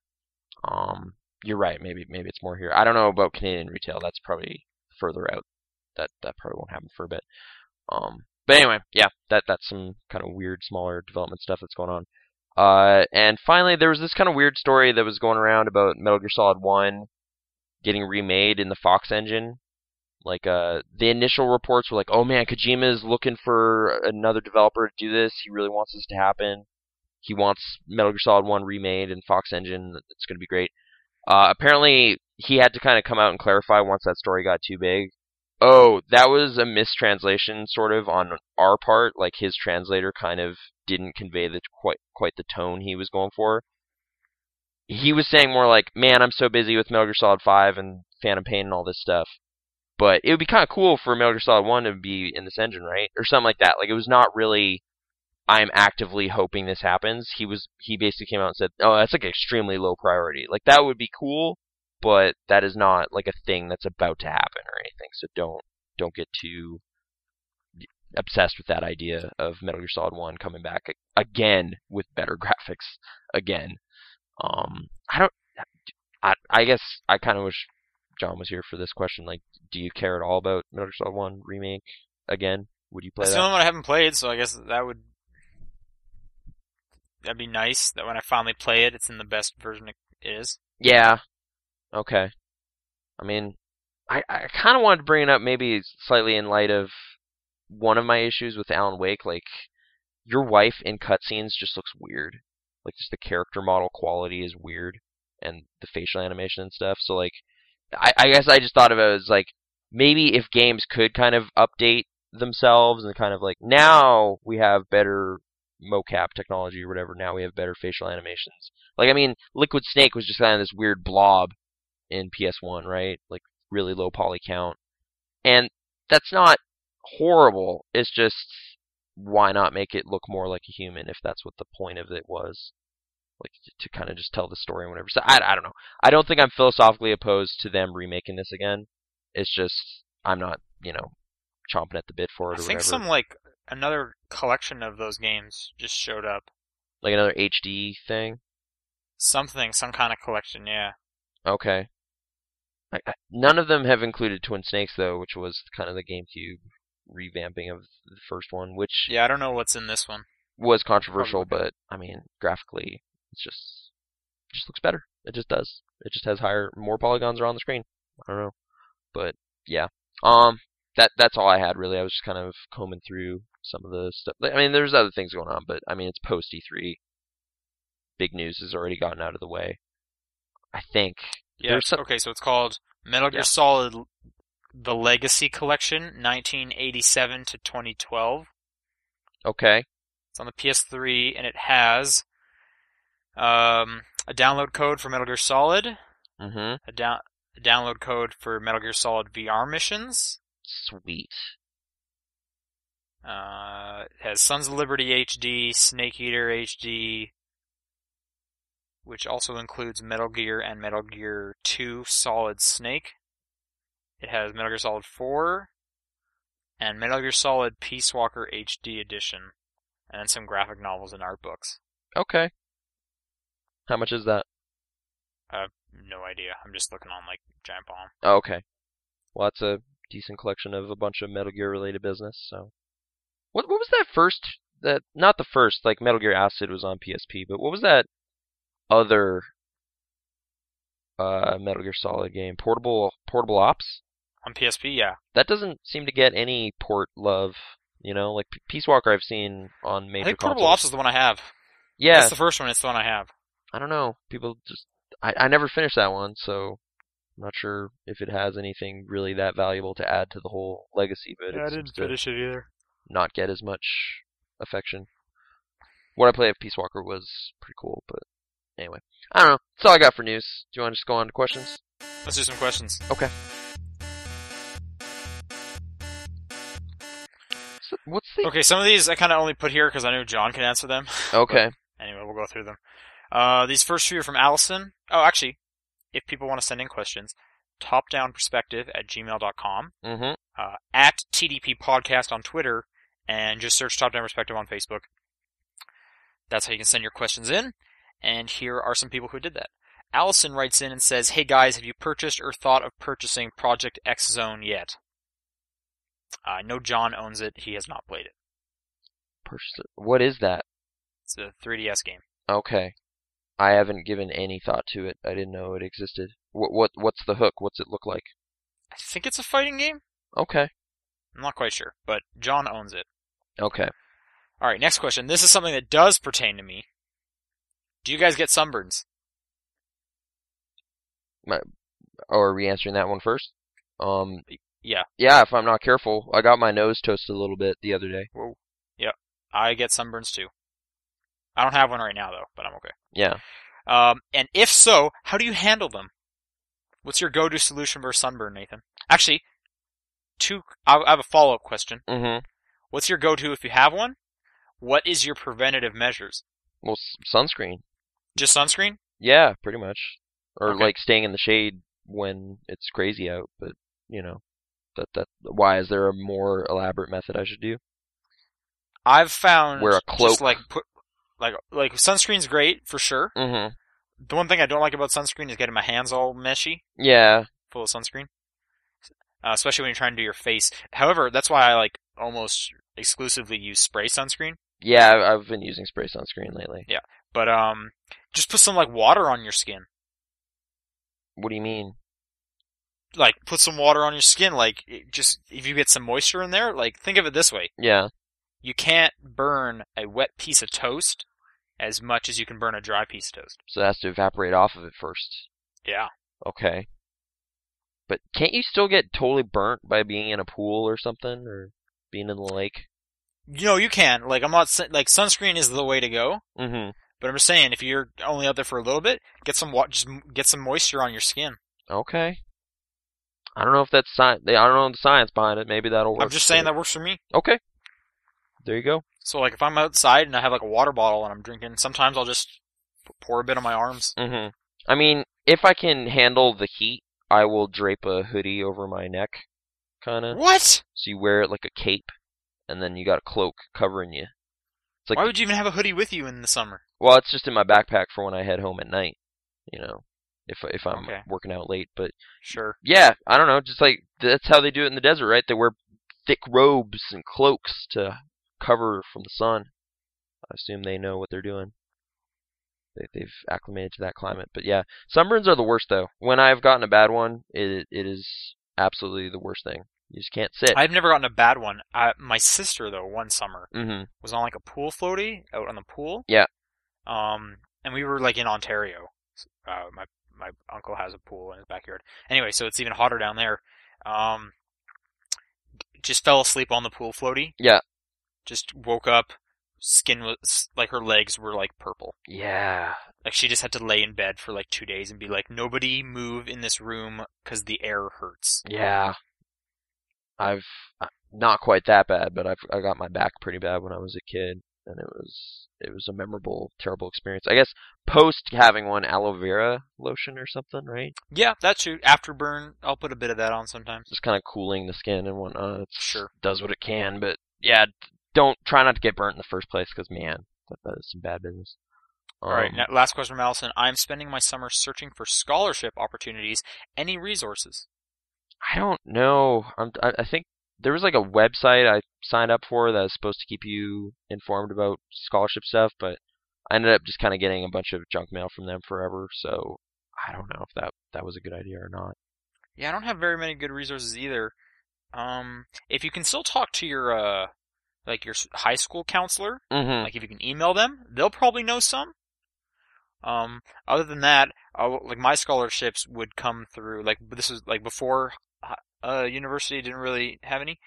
C: Um you're right. Maybe maybe it's more here. I don't know about Canadian retail. That's probably further out. That that probably won't happen for a bit. Um but anyway, yeah, that that's some kind of weird smaller development stuff that's going on. Uh and finally there was this kind of weird story that was going around about Metal Gear Solid 1 getting remade in the Fox engine. Like uh the initial reports were like, "Oh man, Kojima's looking for another developer to do this. He really wants this to happen." he wants Metal Gear Solid 1 remade and Fox Engine. It's going to be great. Uh, apparently, he had to kind of come out and clarify once that story got too big. Oh, that was a mistranslation, sort of, on our part. Like his translator kind of didn't convey the quite quite the tone he was going for. He was saying more like, "Man, I'm so busy with Metal Gear Solid 5 and Phantom Pain and all this stuff." But it would be kind of cool for Metal Gear Solid 1 to be in this engine, right? Or something like that. Like it was not really I'm actively hoping this happens. He was he basically came out and said, "Oh, that's like extremely low priority. Like that would be cool, but that is not like a thing that's about to happen or anything. So don't don't get too obsessed with that idea of Metal Gear Solid 1 coming back a- again with better (laughs) graphics again. Um I don't I I guess I kind of wish John was here for this question like do you care at all about Metal Gear Solid 1 remake again? Would you play
A: That's
C: that?
A: the only one I haven't played, so I guess that would that'd be nice. That when I finally play it, it's in the best version it is.
C: Yeah. Okay. I mean, I, I kind of wanted to bring it up maybe slightly in light of one of my issues with Alan Wake. Like, your wife in cutscenes just looks weird. Like, just the character model quality is weird, and the facial animation and stuff. So, like, I, I guess I just thought of it as like maybe if games could kind of update themselves and kind of like now we have better mocap technology or whatever. Now we have better facial animations. Like I mean, Liquid Snake was just kind of this weird blob in PS1, right? Like really low poly count, and that's not horrible. It's just why not make it look more like a human if that's what the point of it was, like to, to kind of just tell the story and whatever. So I, I don't know. I don't think I'm philosophically opposed to them remaking this again. It's just I'm not, you know, chomping at the bit for it
A: I
C: or
A: think
C: whatever.
A: some like another collection of those games just showed up.
C: like another HD thing.
A: Something, some kind of collection, yeah.
C: Okay. I, I- none of them have included Twin Snakes though, which was kind of the GameCube revamping of the first one, which
A: Yeah, I don't know what's in this one.
C: was controversial,
A: Probably.
C: but I mean, graphically, it's just it just looks better. It just does. It just has higher, more polygons are on the screen. I don't know, but yeah. Um, that that's all I had really. I was just kind of combing through some of the stuff. I mean, there's other things going on, but I mean, it's post E3. Big news has already gotten out of the way. I think.
A: Yeah.
C: There's some-
A: Okay, so it's called Metal Gear
C: Yeah.
A: Solid: The Legacy Collection, 1987 to 2012.
C: Okay.
A: It's on the PS3, and it has um, a download code for Metal Gear Solid,
C: Mm-hmm.
A: a, down, a download code for Metal Gear Solid VR missions.
C: Sweet.
A: Uh, it has Sons of Liberty HD, Snake Eater HD, which also includes Metal Gear and Metal Gear 2 Solid Snake. It has Metal Gear Solid 4 and Metal Gear Solid Peace Walker HD Edition, and then some graphic novels and art books.
C: Okay. How much is that?
A: No idea. I'm just looking on like Giant Bomb.
C: Oh, okay. Well, that's a decent collection of a bunch of Metal Gear related business. So, what what was that first? That not the first. Like Metal Gear Acid was on PSP, but what was that other uh, Metal Gear Solid game? Portable Portable Ops.
A: On PSP, yeah.
C: That doesn't seem to get any port love. You know, like P- Peace Walker, I've seen on
A: I
C: major.
A: think Portable
C: consoles.
A: Ops is the one I have.
C: Yeah,
A: That's the first one. It's the one I have.
C: I don't know. People just I, I never finished that one, so I'm not sure if it has anything really that valuable to add to the whole legacy, but
A: Yeah, I
C: it seems
A: didn't
C: to
A: finish it either.
C: not get as much affection. What I played of Peace Walker was pretty cool, but anyway, I don't know. That's all I got for news. Do you want to just go on to questions?
A: Let's do some questions.
C: So- What's the
A: Okay, some of these I kind of only put here because I knew John could answer them.
C: okay?
A: Anyway, we'll go through them. Uh, these first few are from Allison. Oh, actually, if people want to send in questions, topdownperspective at gmail.com,
C: Mm-hmm.
A: uh, at TDP podcast on Twitter, and just search Top Down Perspective on Facebook. That's how you can send your questions in. And here are some people who did that. Allison writes in and says, Hey guys, have you purchased or thought of purchasing Project X Zone yet? I know John owns it. He has not played it.
C: Purchase it. What is that?
A: It's a 3DS game.
C: Okay. I haven't given any thought to it. I didn't know it existed. What what what's the hook? What's it look like?
A: I think it's a fighting game.
C: Okay.
A: I'm not quite sure, but John owns it.
C: Okay.
A: All right, next question. This is something that does pertain to me. Do you guys get sunburns?
C: Oh, are we answering that one first? Um
A: Yeah.
C: yeah, if I'm not careful, I got my nose toasted a little bit the other day.
A: I get sunburns too. I don't have one right now though, but I'm okay.
C: Yeah.
A: Um, and if so, how do you handle them? What's your go-to solution for a sunburn, Nathan? Actually, two. I I have a follow-up question.
C: Mhm.
A: What's your go-to if you have one? What is your preventative measures?
C: Well, s- sunscreen.
A: Just sunscreen?
C: Yeah, pretty much. Or
A: Okay.
C: like staying in the shade when it's crazy out, but you know, that that why is there a more elaborate method I should do?
A: I've found
C: Wear a cloak.
A: Just like put, like like sunscreen's great for sure.
C: Mhm.
A: The one thing I don't like about sunscreen is getting my hands all meshy.
C: Yeah.
A: full of sunscreen, uh, especially when you're trying to do your face. However, that's why I like almost exclusively use spray sunscreen.
C: Yeah, I- I've been using spray sunscreen lately.
A: But um, just put some like water on your skin.
C: What do you mean?
A: Like put some water on your skin. Like it just if you get some moisture in there, like think of it this way:
C: Yeah.
A: you can't burn a wet piece of toast as much as you can burn a dry piece of toast.
C: So it has to evaporate off of it first.
A: Yeah.
C: Okay. But can't you still get totally burnt by being in a pool or something, or being in the lake?
A: You know you can. Like I'm not sa- like sunscreen is the way to go.
C: Mm-hmm.
A: But I'm just saying, if you're only out there for a little bit, get some wa- just m- get some moisture on your skin.
C: Okay. I don't know if that's science. I don't know the science behind it. Maybe that'll work.
A: I'm just saying
C: too.
A: that works for me.
C: Okay. There you go.
A: So like if I'm outside and I have like a water bottle and I'm drinking, sometimes I'll just p- pour a bit on my arms.
C: Mm-hmm. I mean, if I can handle the heat, I will drape a hoodie over my neck, kind of.
A: What?
C: So you wear it like a cape, and then you got a cloak covering you. It's like
A: Why would you even have a hoodie with you in the summer?
C: Well, it's just in my backpack for when I head home at night, you know, if if I'm
A: Okay.
C: working out late. But
A: Sure.
C: yeah, I don't know, just like that's how they do it in the desert, right? They wear thick robes and cloaks to cover from the sun. I assume they know what they're doing. They, they've acclimated to that climate. But yeah, sunburns are the worst though. When I've gotten a bad one, it it is absolutely the worst thing. You just can't sit.
A: I've never gotten a bad one. I, my sister though, one summer
C: mm-hmm.
A: was on like a pool floaty out on the pool.
C: Yeah.
A: Um, and we were like in Ontario. Uh, my my uncle has a pool in his backyard. Anyway, so it's even hotter down there. Um, just fell asleep on the pool floaty.
C: Yeah.
A: Just woke up. Skin was like her legs were like purple.
C: Yeah.
A: Like she just had to lay in bed for like two days and be like, nobody move in this room because the air hurts.
C: Yeah. I've uh, not quite that bad, but I've I got my back pretty bad when I was a kid, and it was it was a memorable, terrible experience. I guess post having one aloe vera lotion or something, right?
A: Yeah, that shoot. Afterburn. I'll put a bit of that on sometimes.
C: Just kind of cooling the skin and whatnot. It
A: Sure.
C: does what it can, but yeah, d- don't try not to get burnt in the first place, because man, that, that is some bad business.
A: All right.
C: Um,
A: na- last question from Allison. I'm spending my summer searching for scholarship opportunities. Any resources?
C: I don't know. I'm, I, I think there was like a website I signed up for that was supposed to keep you informed about scholarship stuff, but I ended up just kind of getting a bunch of junk mail from them forever. So I don't know if that that was a good idea or not.
A: Yeah, I don't have very many good resources either. Um, if you can still talk to your uh, like your s- high school counselor,
C: Mm-hmm.
A: like if you can email them, they'll probably know some. Um, other than that, I w- like my scholarships would come through like this was like before hi- uh, university didn't really have any,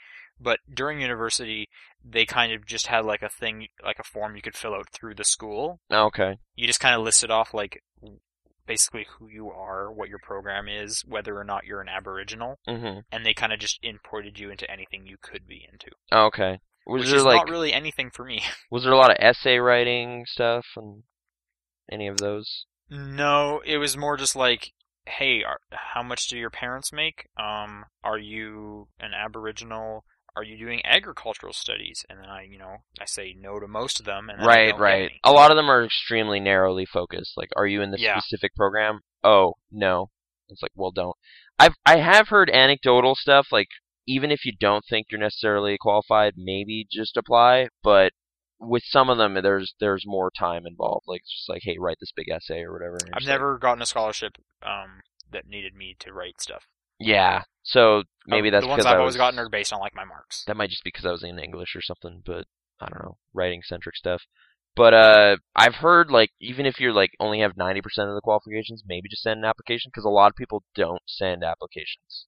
A: but during university they kind of just had like a thing like a form you could fill out through the school.
C: Oh, okay.
A: You just kind of listed off like basically who you are, what your program is, whether or not you're an Aboriginal,
C: Mm-hmm.
A: and they kind of just imported you into anything you could be into,
C: Oh, okay. Was
A: which
C: there
A: is
C: like
A: not really anything for me. (laughs)
C: was there a lot of essay writing stuff and any of those?
A: No, it was more just like, hey, are, how much do your parents make? Um, are you an Aboriginal? Are you doing agricultural studies? And then I, you know, I say no to most of them. And then I don't
C: Right,
A: get
C: right.
A: any.
C: A lot of them are extremely narrowly focused. Like, are you in this
A: Yeah.
C: specific program? Oh, no. It's like, well, don't. I've I have heard anecdotal stuff like even if you don't think you're necessarily qualified, maybe just apply. But with some of them, there's there's more time involved. Like it's just like, hey, write this big essay or whatever. and
A: I've
C: it's like-
A: never gotten a scholarship um, that needed me to write stuff.
C: yeah. So maybe
A: Um,
C: that's
A: the ones
C: because
A: I've
C: I
A: always
C: was-
A: gotten are based on like my marks.
C: that might just be because I was in English or something, but I don't know, writing centric stuff. But uh, I've heard like even if you're like only have ninety percent of the qualifications, maybe just send an application because a lot of people don't send applications.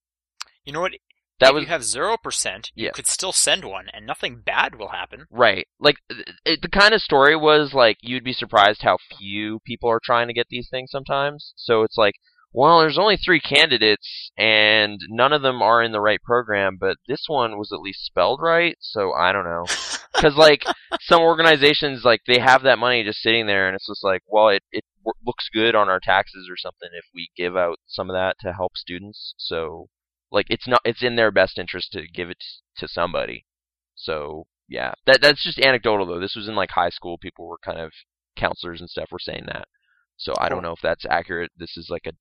A: You know what?
C: That
A: if
C: was
A: you have zero percent, you
C: Yeah.
A: could still send one, and nothing bad will happen.
C: right. Like th- it, the kind of story was like you'd be surprised how few people are trying to get these things sometimes. So it's like, well, there's only three candidates and none of them are in the right program, but this one was at least spelled right. So I don't know. because like some organizations like they have that money just sitting there and it's just like well it, it w- looks good on our taxes or something if we give out some of that to help students so like it's not it's in their best interest to give it to somebody so yeah that that's just anecdotal though this was in like high school people were kind of counselors and stuff were saying that so i don't know if that's accurate this is like a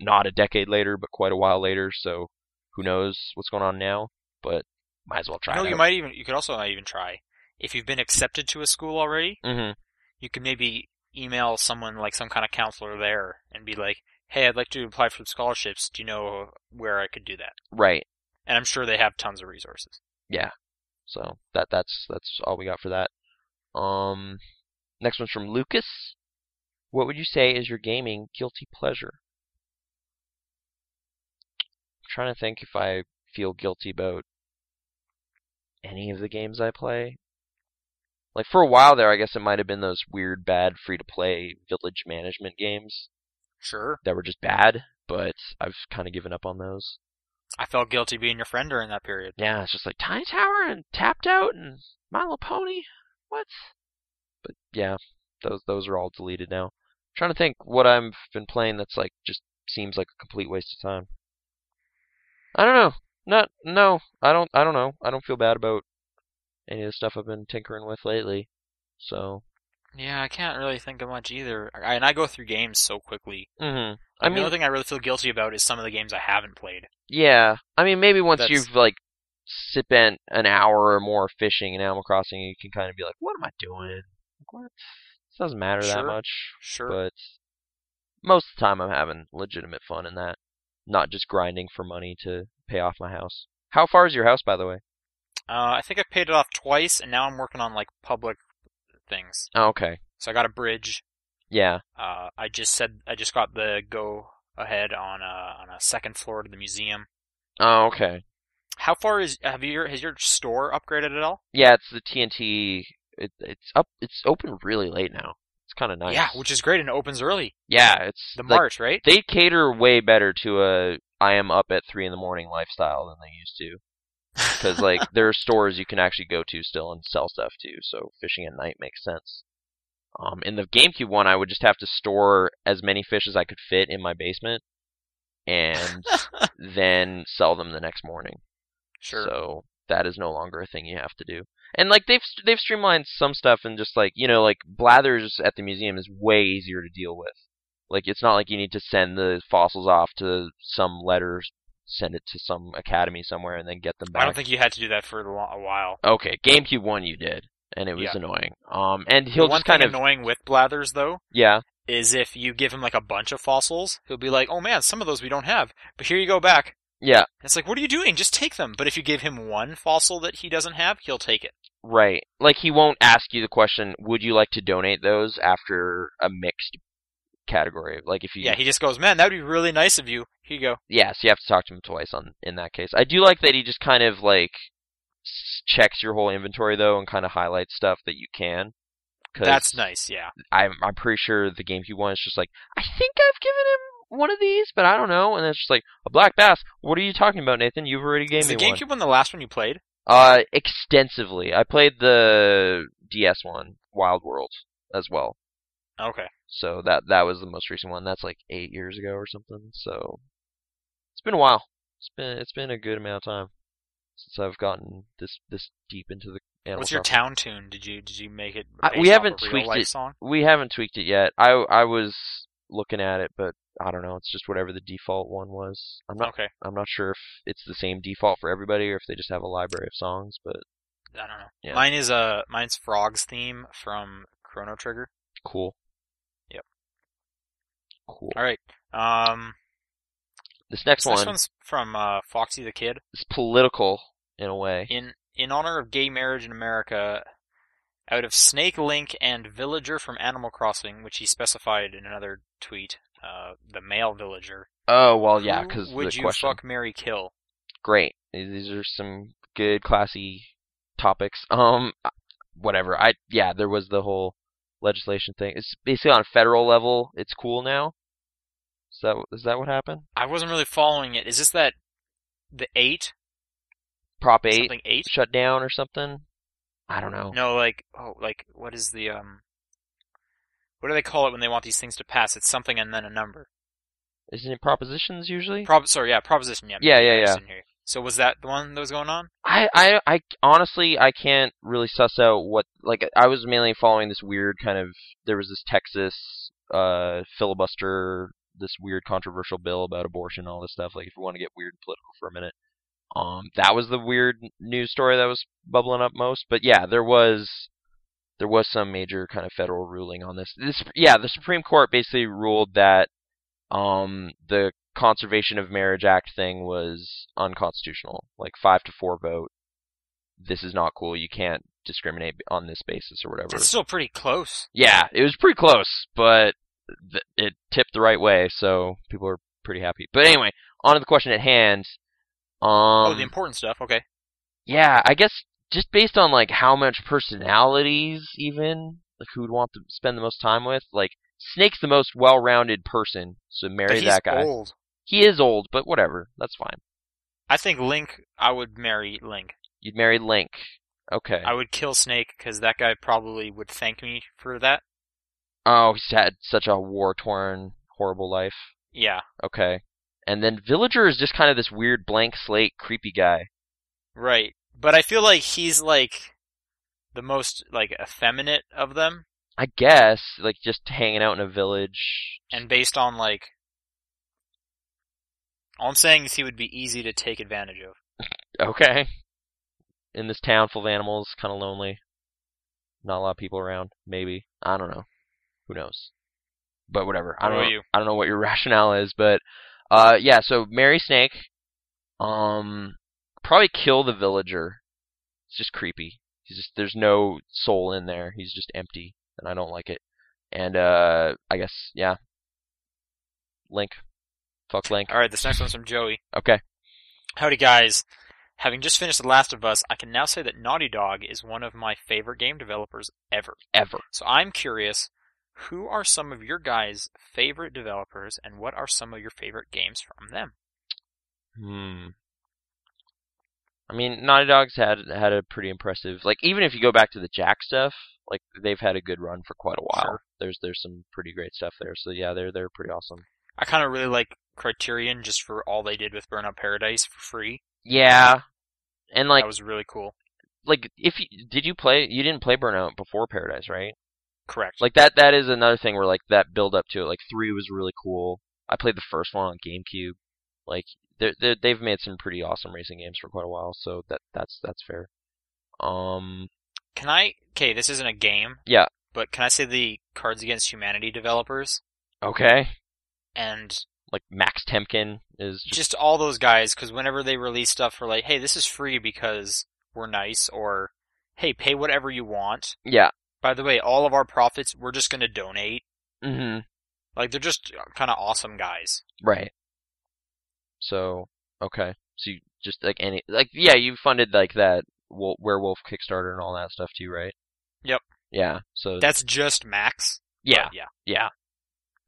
C: not a decade later but quite a while later so who knows what's going on now but might as well try
A: You know,
C: it
A: you
C: out.
A: might even you could also not even try if you've been accepted to a school already.
C: Mhm.
A: you could maybe email someone like some kind of counselor there and be like, "Hey, I'd like to apply for scholarships. Do you know where I could do that?"
C: Right.
A: And I'm sure they have tons of resources.
C: So that that's that's all we got for that. Um, next one's from Lucas. What would you say is your gaming guilty pleasure? I'm trying to think if I feel guilty about any of the games I play. Like for a while there, I guess it might have been those weird, bad free-to-play village management games
A: Sure,
C: that were just bad. But I've kind of given up on those.
A: I felt guilty being your friend during that period.
C: Yeah, it's just like Time Tower and Tapped Out and My Little Pony. What? But yeah, those those are all deleted now. trying to think what I've been playing that's like just seems like a complete waste of time. I don't know. Not no. I don't I don't know. I don't feel bad about any of the stuff I've been tinkering with lately. So
A: Yeah, I can't really think of much either. I, and I go through games so quickly.
C: hmm I
A: the
C: mean
A: only thing I really feel guilty about is some of the games I haven't played.
C: Yeah, I mean, maybe once
A: That's-
C: you've like spent an hour or more fishing in Animal Crossing, you can kind of be like, "What am I doing? Like, What? It doesn't matter that
A: Sure,
C: much."
A: Sure.
C: But most of the time, I'm having legitimate fun in that, not just grinding for money to pay off my house. How far is your house, by the way?
A: Uh, I think I've paid it off twice, and now I'm working on like public things.
C: Oh, okay.
A: So I got a bridge.
C: Yeah.
A: Uh, I just said I just got the go ahead on a, on a second floor to the museum.
C: Oh, okay.
A: How far is have your has your store upgraded at all?
C: Yeah, it's the TNT. It, it's up. It's open really late now. It's kind of nice.
A: Yeah, which is great and it opens early.
C: yeah, it's
A: The
C: like,
A: March, right?
C: they cater way better to a I am up at three in the morning lifestyle than they used to. Because like there are stores you can actually go to still and sell stuff to, so fishing at night makes sense. Um, in the GameCube one, I would just have to store as many fish as I could fit in my basement, and then sell them the next morning.
A: sure.
C: So that is no longer a thing you have to do. And like they've they've streamlined some stuff and just like you know like blathers at the museum is way easier to deal with. Like it's not like you need to send the fossils off to some letter, send it to some academy somewhere, and then get them back.
A: I don't think you had to do that for a lo- a while.
C: okay, GameCube one you did, and it was
A: Yeah.
C: annoying. Um, and
A: The
C: he'll
A: one
C: just kind
A: thing
C: of
A: annoying with Blathers though
C: yeah
A: is if you give him like a bunch of fossils, he'll be like, "Oh man, some of those we don't have, but here you go back."
C: yeah
A: And it's like, "What are you doing? Just take them." But if you give him one fossil that he doesn't have, he'll take it.
C: Right. Like he won't ask you the question, would you like to donate those after a mixed category. Like if you
A: Yeah, he just goes, man, that would be really nice of you. Here you go.
C: yeah, so you have to talk to him twice on in that case. I do like that he just kind of like s- checks your whole inventory though and kind of highlights stuff that you can. 'Cause
A: That's nice. Yeah.
C: I'm I'm pretty sure the GameCube one is just like I think I've given him one of these, but I don't know. And it's just like a black bass. What are you talking about, Nathan? You've already gave
A: Is
C: me
A: the
C: one.
A: GameCube one. the last one you played?
C: Uh, extensively. I played the DS one, Wild World, as well.
A: Okay.
C: So that that was the most recent one. That's like eight years ago or something. So it's been a while. It's been it's been a good amount of time since I've gotten this this deep into the. Animal
A: What's your
C: Crossing.
A: town tune? Did you did you make it?
C: I- we
A: based off
C: haven't
A: a real
C: tweaked
A: life
C: it.
A: Song?
C: We haven't tweaked it yet. I I was looking at it, but I don't know. It's just whatever the default one was. I'm not
A: Okay.
C: I'm not sure if it's the same default for everybody or if they just have a library of songs. But
A: I don't know.
C: Yeah.
A: Mine is uh mine's Frog's theme from Chrono Trigger.
C: cool.
A: Yep.
C: Cool.
A: All right. Um,
C: This next
A: this
C: one
A: next one's from uh, Foxy the Kid.
C: is political in a way.
A: In in honor of gay marriage in America, out of Snake Link and Villager from Animal Crossing, which he specified in another tweet, uh, the male villager.
C: Oh well, yeah,
A: Who
C: because the
A: would you
C: question.
A: fuck Mary Kill?
C: great. These are some good classy topics. Um, whatever. I yeah, there was the whole legislation thing. It's basically on a federal level. It's cool now. Is that is that what happened?
A: I wasn't really following it. Is this that the eight?
C: Prop eight
A: Something eight?
C: shut down or something. I don't know.
A: No, like oh, like what is the um? What do they call it when they want these things to pass? It's something and then a number.
C: Isn't it propositions usually?
A: Prop, sorry, yeah, proposition. Yeah,
C: Yeah, yeah,
A: I just
C: yeah.
A: didn't hear you. So was that the one that was going on?
C: I, I, I honestly I can't really suss out what like I was mainly following this weird kind of there was this Texas uh filibuster this weird controversial bill about abortion and all this stuff like if you want to get weird and political for a minute um that was the weird n- news story that was bubbling up most but yeah there was there was some major kind of federal ruling on this this yeah the Supreme Court basically ruled that um the conservation of marriage act thing was unconstitutional like 5 to 4 vote this is not cool you can't discriminate on this basis or whatever
A: That's still pretty close.
C: yeah it was pretty close but th- it tipped the right way so people are pretty happy but anyway on to the question at hand um
A: oh, the important stuff. Okay.
C: yeah, I guess just based on like how much personalities, even like who would want to spend the most time with, like Snake's the most well-rounded person, so
A: But
C: marry
A: he's
C: that guy.
A: old.
C: He is old, but whatever, that's fine.
A: I think Link. I would marry Link.
C: You'd marry Link, okay?
A: I would kill Snake because that guy probably would thank me for that.
C: oh, he's had such a war-torn, horrible life.
A: Yeah.
C: Okay, and then Villager is just kind of this weird blank slate, creepy guy.
A: Right. But I feel like he's like the most like effeminate of them,
C: I guess, like just hanging out in a village.
A: and based on like. All I'm saying is he would be easy to take advantage of.
C: Okay. In this town full of animals, kind of lonely. Not a lot of people around. Maybe I don't know. Who knows? But whatever. I
A: What
C: don't.
A: about
C: Know,
A: you?
C: I don't know what your (laughs) rationale is, but uh, yeah. So marry Snake. Um, probably kill the villager. It's just creepy. He's just there's no soul in there. He's just empty, and I don't like it. And uh, I guess yeah. Link. Fuck Link.
A: All right. This next one's from Joey.
C: Okay.
A: Howdy, guys. Having just finished The Last of Us, I can now say that Naughty Dog is one of my favorite game developers ever.
C: Ever.
A: So I'm curious, who are some of your guys' favorite developers, and what are some of your favorite games from them?
C: Hmm. I mean, Naughty Dog's had had a pretty impressive. Like, even if you go back to the Jack stuff, like they've had a good run for quite a while.
A: Sure.
C: There's there's some pretty great stuff there. So yeah, they're they're pretty awesome.
A: I kind of really like Criterion just for all they did with Burnout Paradise for free.
C: Yeah, and like
A: that was really cool.
C: like if you did you play you didn't play Burnout before Paradise, right?
A: Correct.
C: Like that that is another thing where like that build up to it. Like three was really cool. I played the first one on GameCube. Like they they they've made some pretty awesome racing games for quite a while. So that that's that's fair. Um.
A: can I? Okay, this isn't a game.
C: Yeah.
A: But can I say the Cards Against Humanity developers
C: Okay.
A: and
C: like Max Temkin is just,
A: just all those guys because whenever they release stuff for like hey this is free because we're nice or hey pay whatever you want
C: yeah.
A: by the way all of our profits we're just going to donate
C: hmm
A: Like they're just kind of awesome guys.
C: Right. So okay, so you just like any like yeah, you funded like that wo- werewolf Kickstarter and all that stuff too, right?
A: Yep.
C: Yeah. So
A: That's just Max. but
C: yeah,
A: yeah.
C: yeah.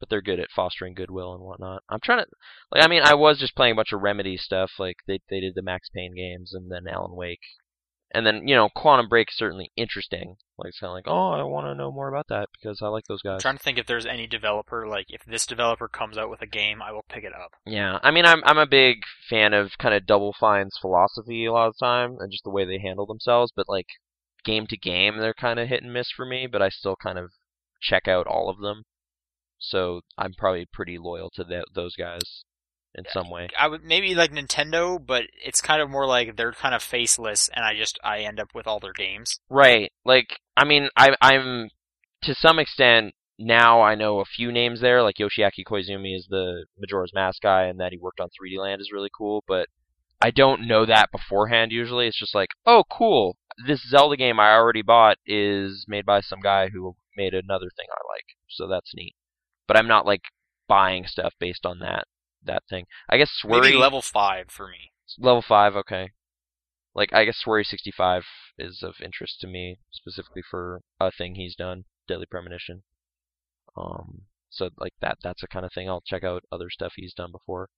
C: But they're good at fostering goodwill and whatnot. I'm trying to, like, I mean, I was just playing a bunch of Remedy stuff. Like they they did the Max Payne games and then Alan Wake, and then you know Quantum Break is certainly interesting. Like it's kind of like, oh, I want to know more about that because I like those guys.
A: I'm trying to think if there's any developer like if this developer comes out with a game, I will pick it up.
C: Yeah, I mean, I'm I'm a big fan of kind of Double Fine's philosophy a lot of the time, and just the way they handle themselves. But like game to game, they're kind of hit and miss for me. But I still kind of check out all of them, so I'm probably pretty loyal to tho- those guys in some way.
A: I would maybe like Nintendo, but it's kind of more like they're kind of faceless, and I just I end up with all their games.
C: Right. Like, I mean, I, I'm to some extent now. I know a few names there. Like Yoshiaki Koizumi is the Majora's Mask guy, and that he worked on 3D Land is really cool. But I don't know that beforehand. Usually, it's just like, oh, cool. This Zelda game I already bought is made by some guy who made another thing I like. So that's neat. But I'm not like buying stuff based on that that thing. I guess
A: Maybe
C: Swery
A: level five for me.
C: level five, okay. Like I guess Swery sixty five is of interest to me specifically for a thing he's done, Deadly Premonition. Um, so like that that's the kind of thing I'll check out other stuff he's done before.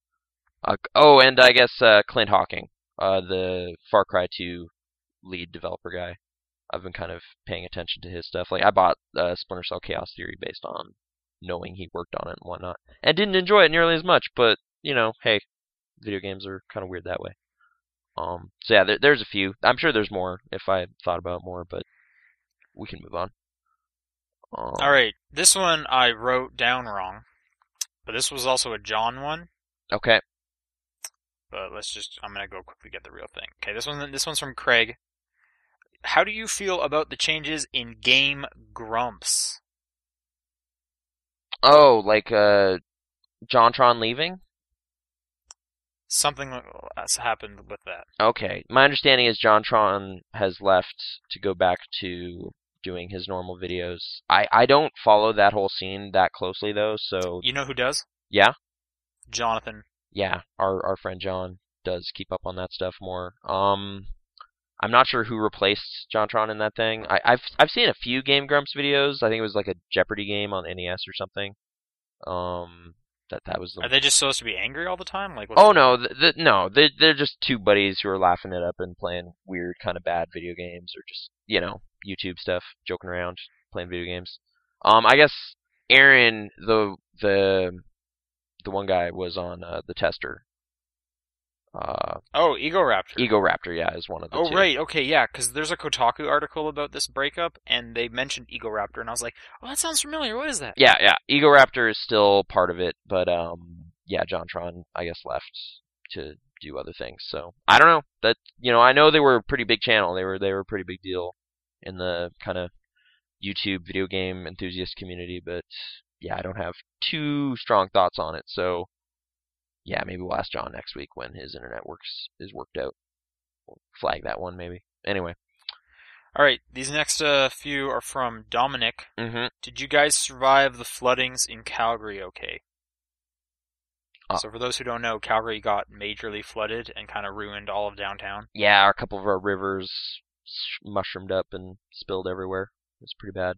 C: Uh, oh, and I guess uh, Clint Hawking, uh, the Far Cry two lead developer guy. I've been kind of paying attention to his stuff. Like I bought uh, Splinter Cell Chaos Theory based on knowing he worked on it and whatnot, and didn't enjoy it nearly as much. But you know, hey, video games are kind of weird that way. Um, so yeah, there, there's a few. I'm sure there's more if I thought about it more, but we can move on. Um,
A: All right, this one I wrote down wrong, but this was also a John one.
C: Okay.
A: But let's just I'm gonna go quickly get the real thing. Okay, this one this one's from Craig. How do you feel about the changes in game grumps?
C: Oh, like uh, JonTron leaving.
A: Something like- has happened with that.
C: Okay. My understanding is JonTron has left to go back to doing his normal videos. I I don't follow that whole scene that closely though, so
A: You know who does?
C: yeah.
A: Jonathan.
C: yeah, our our friend John does keep up on that stuff more. Um, I'm not sure who replaced JonTron in that thing. I, I've I've seen a few Game Grumps videos. I think it was like a Jeopardy game on NES or something. Um, that that was the.
A: Are they just supposed to be angry all the time? Like what's
C: oh no, th th no, they're, they're just two buddies who are laughing it up and playing weird kind of bad video games or just you know YouTube stuff, joking around, playing video games. Um, I guess Aaron, the the the one guy was on uh, the tester. Uh,
A: Oh, Ego Raptor.
C: Ego Raptor, yeah, is one of the
A: Oh
C: two.
A: right, okay, yeah, because there's a Kotaku article about this breakup, and they mentioned Ego Raptor, and I was like, oh, that sounds familiar. What is that?
C: Yeah, yeah. Ego Raptor is still part of it, but um, yeah, JonTron, I guess, left to do other things. So I don't know. That you know, I know they were a pretty big channel. They were they were a pretty big deal in the kind of YouTube video game enthusiast community. But yeah, I don't have too strong thoughts on it. So yeah, maybe we'll ask John next week when his internet works is worked out. We'll flag that one maybe. Anyway.
A: All right, these next uh, few are from Dominic.
C: Mm-hmm.
A: Did you guys survive the floodings in Calgary? Okay.
C: Uh.
A: so for those who don't know, Calgary got majorly flooded and kind of ruined all of downtown.
C: yeah, a couple of our rivers s- mushroomed up and spilled everywhere. It was pretty bad.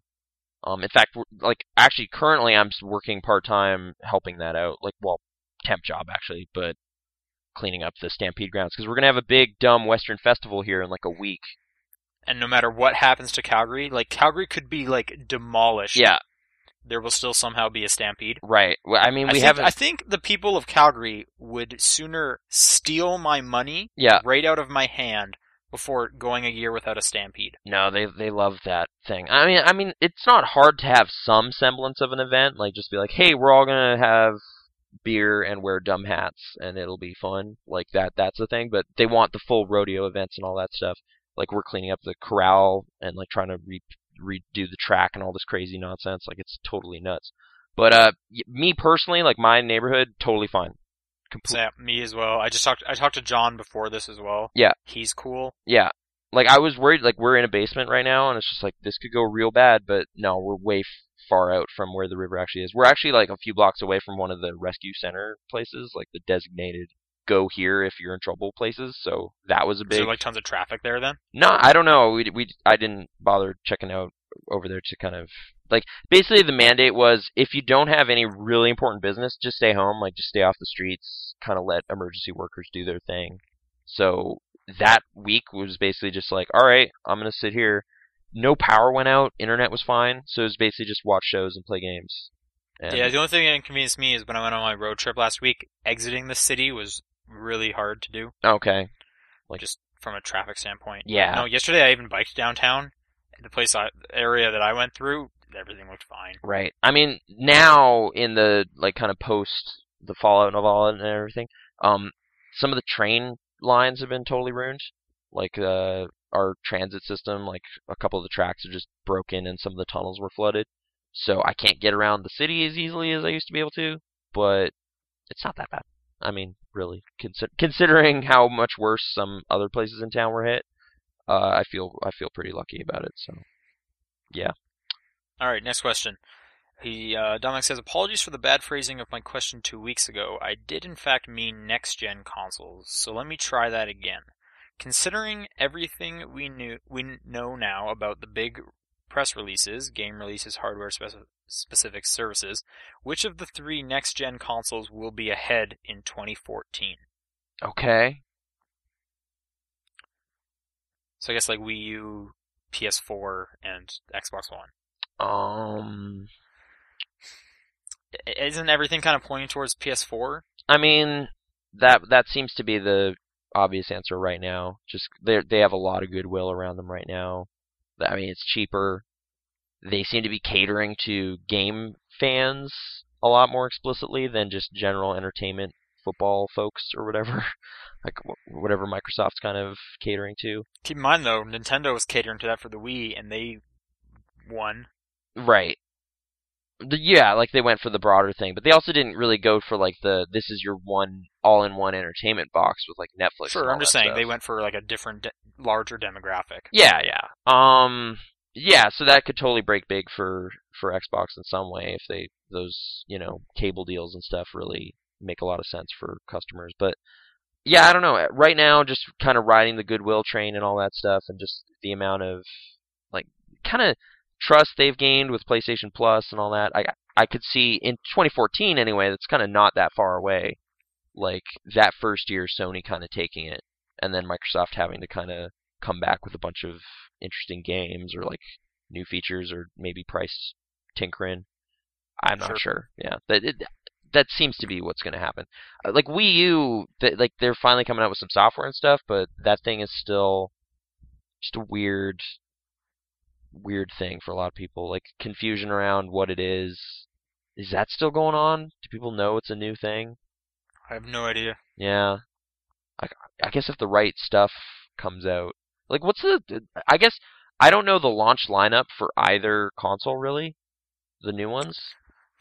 C: Um, in fact, w- like actually, currently I'm s- working part time helping that out. Like, well, temp job actually, but cleaning up the Stampede grounds because we're gonna have a big dumb Western festival here in like a week.
A: And no matter what happens to Calgary, like Calgary could be like demolished.
C: Yeah,
A: There will still somehow be a stampede.
C: right. Well, I mean,
A: I
C: we
A: think,
C: haven't.
A: I think the people of Calgary would sooner steal my money
C: yeah,
A: right out of my hand before going a year without a stampede.
C: No, they they love that thing. I mean, I mean, it's not hard to have some semblance of an event, like just be like, "Hey, we're all gonna have beer and wear dumb hats, and it'll be fun." Like that, that's the thing. But they want the full rodeo events and all that stuff. Like we're cleaning up the corral and like trying to re- redo the track and all this crazy nonsense. Like it's totally nuts. But uh, y- me personally, like my neighborhood, totally fine.
A: So yeah, me as well. I just talked. I talked to John before this as well.
C: Yeah.
A: he's cool.
C: Yeah. Like I was worried like we're in a basement right now and it's just like this could go real bad, but no, we're way f- far out from where the river actually is. We're actually like a few blocks away from one of the rescue center places, like the designated go here if you're in trouble places. So that was a
A: Is
C: big
A: there like tons of traffic there then?
C: no, I don't know. We we I didn't bother checking out over there to kind of like basically the mandate was if you don't have any really important business, just stay home, like just stay off the streets, kind of let emergency workers do their thing. So that week was basically just like, all right, I'm gonna sit here. No power went out, internet was fine, so it was basically just watch shows and play games. And
A: Yeah, the only thing that inconvenienced me is when I went on my road trip last week, exiting the city was really hard to do
C: okay. Like-
A: just from a traffic standpoint.
C: Yeah.
A: No, yesterday I even biked downtown. The place I, the area that I went through, everything looked fine.
C: Right. I mean, now in the like kind of post the fallout of all and everything, um, some of the train lines have been totally ruined. Like uh, our transit system, like a couple of the tracks are just broken, and some of the tunnels were flooded. So I can't get around the city as easily as I used to be able to. But it's not that bad. I mean, really, consi- considering how much worse some other places in town were hit, uh, I feel I feel pretty lucky about it. So
A: All right, next question. He uh, Dominic says, "Apologies for the bad phrasing of my question two weeks ago. I did in fact mean next-gen consoles. So let me try that again. Considering everything we knew we kn- know now about the big press releases, game releases, hardware spec- specific services, which of the three next-gen consoles will be ahead in 2014?"
C: okay,
A: So I guess like Wii U, PS4, and Xbox One.
C: um.
A: I- Isn't everything kind of pointing towards PS4?
C: I mean, that that seems to be the obvious answer right now. Just they they have a lot of goodwill around them right now. I mean, it's cheaper. They seem to be catering to game fans a lot more explicitly than just general entertainment football folks or whatever, (laughs) like wh- whatever Microsoft's kind of catering to.
A: Keep in mind though, Nintendo was catering to that for the Wii, and they won.
C: Right. The, yeah, like they went for the broader thing, but they also didn't really go for like the this is your one all-in-one entertainment box with like Netflix. and
A: sure,
C: all
A: I'm just
C: that
A: saying
C: stuff.
A: they went for like a different, de- larger demographic.
C: Yeah, yeah. Um, yeah. So that could totally break big for for Xbox in some way if they those you know cable deals and stuff really make a lot of sense for customers. But yeah, I don't know. Eh, Right now, just kind of riding the goodwill train and all that stuff, and just the amount of like kind of trust they've gained with PlayStation Plus and all that. I I could see in 2014 anyway. That's kind of not that far away. Like that first year, Sony kind of taking it, and then Microsoft having to kind of come back with a bunch of interesting games or like new features or maybe price tinkering. I'm
A: Sure.
C: not sure. Yeah, that it, that seems to be what's going to happen. Uh, Like Wii U, th- like they're finally coming out with some software and stuff, but that thing is still just a weird, weird thing for a lot of people. Like confusion around what it is. Is that still going on? Do people know it's a new thing?
A: I have no idea.
C: Yeah. I, I guess if the right stuff comes out. Like, what's the. I guess. I don't know the launch lineup for either console, really. The new ones.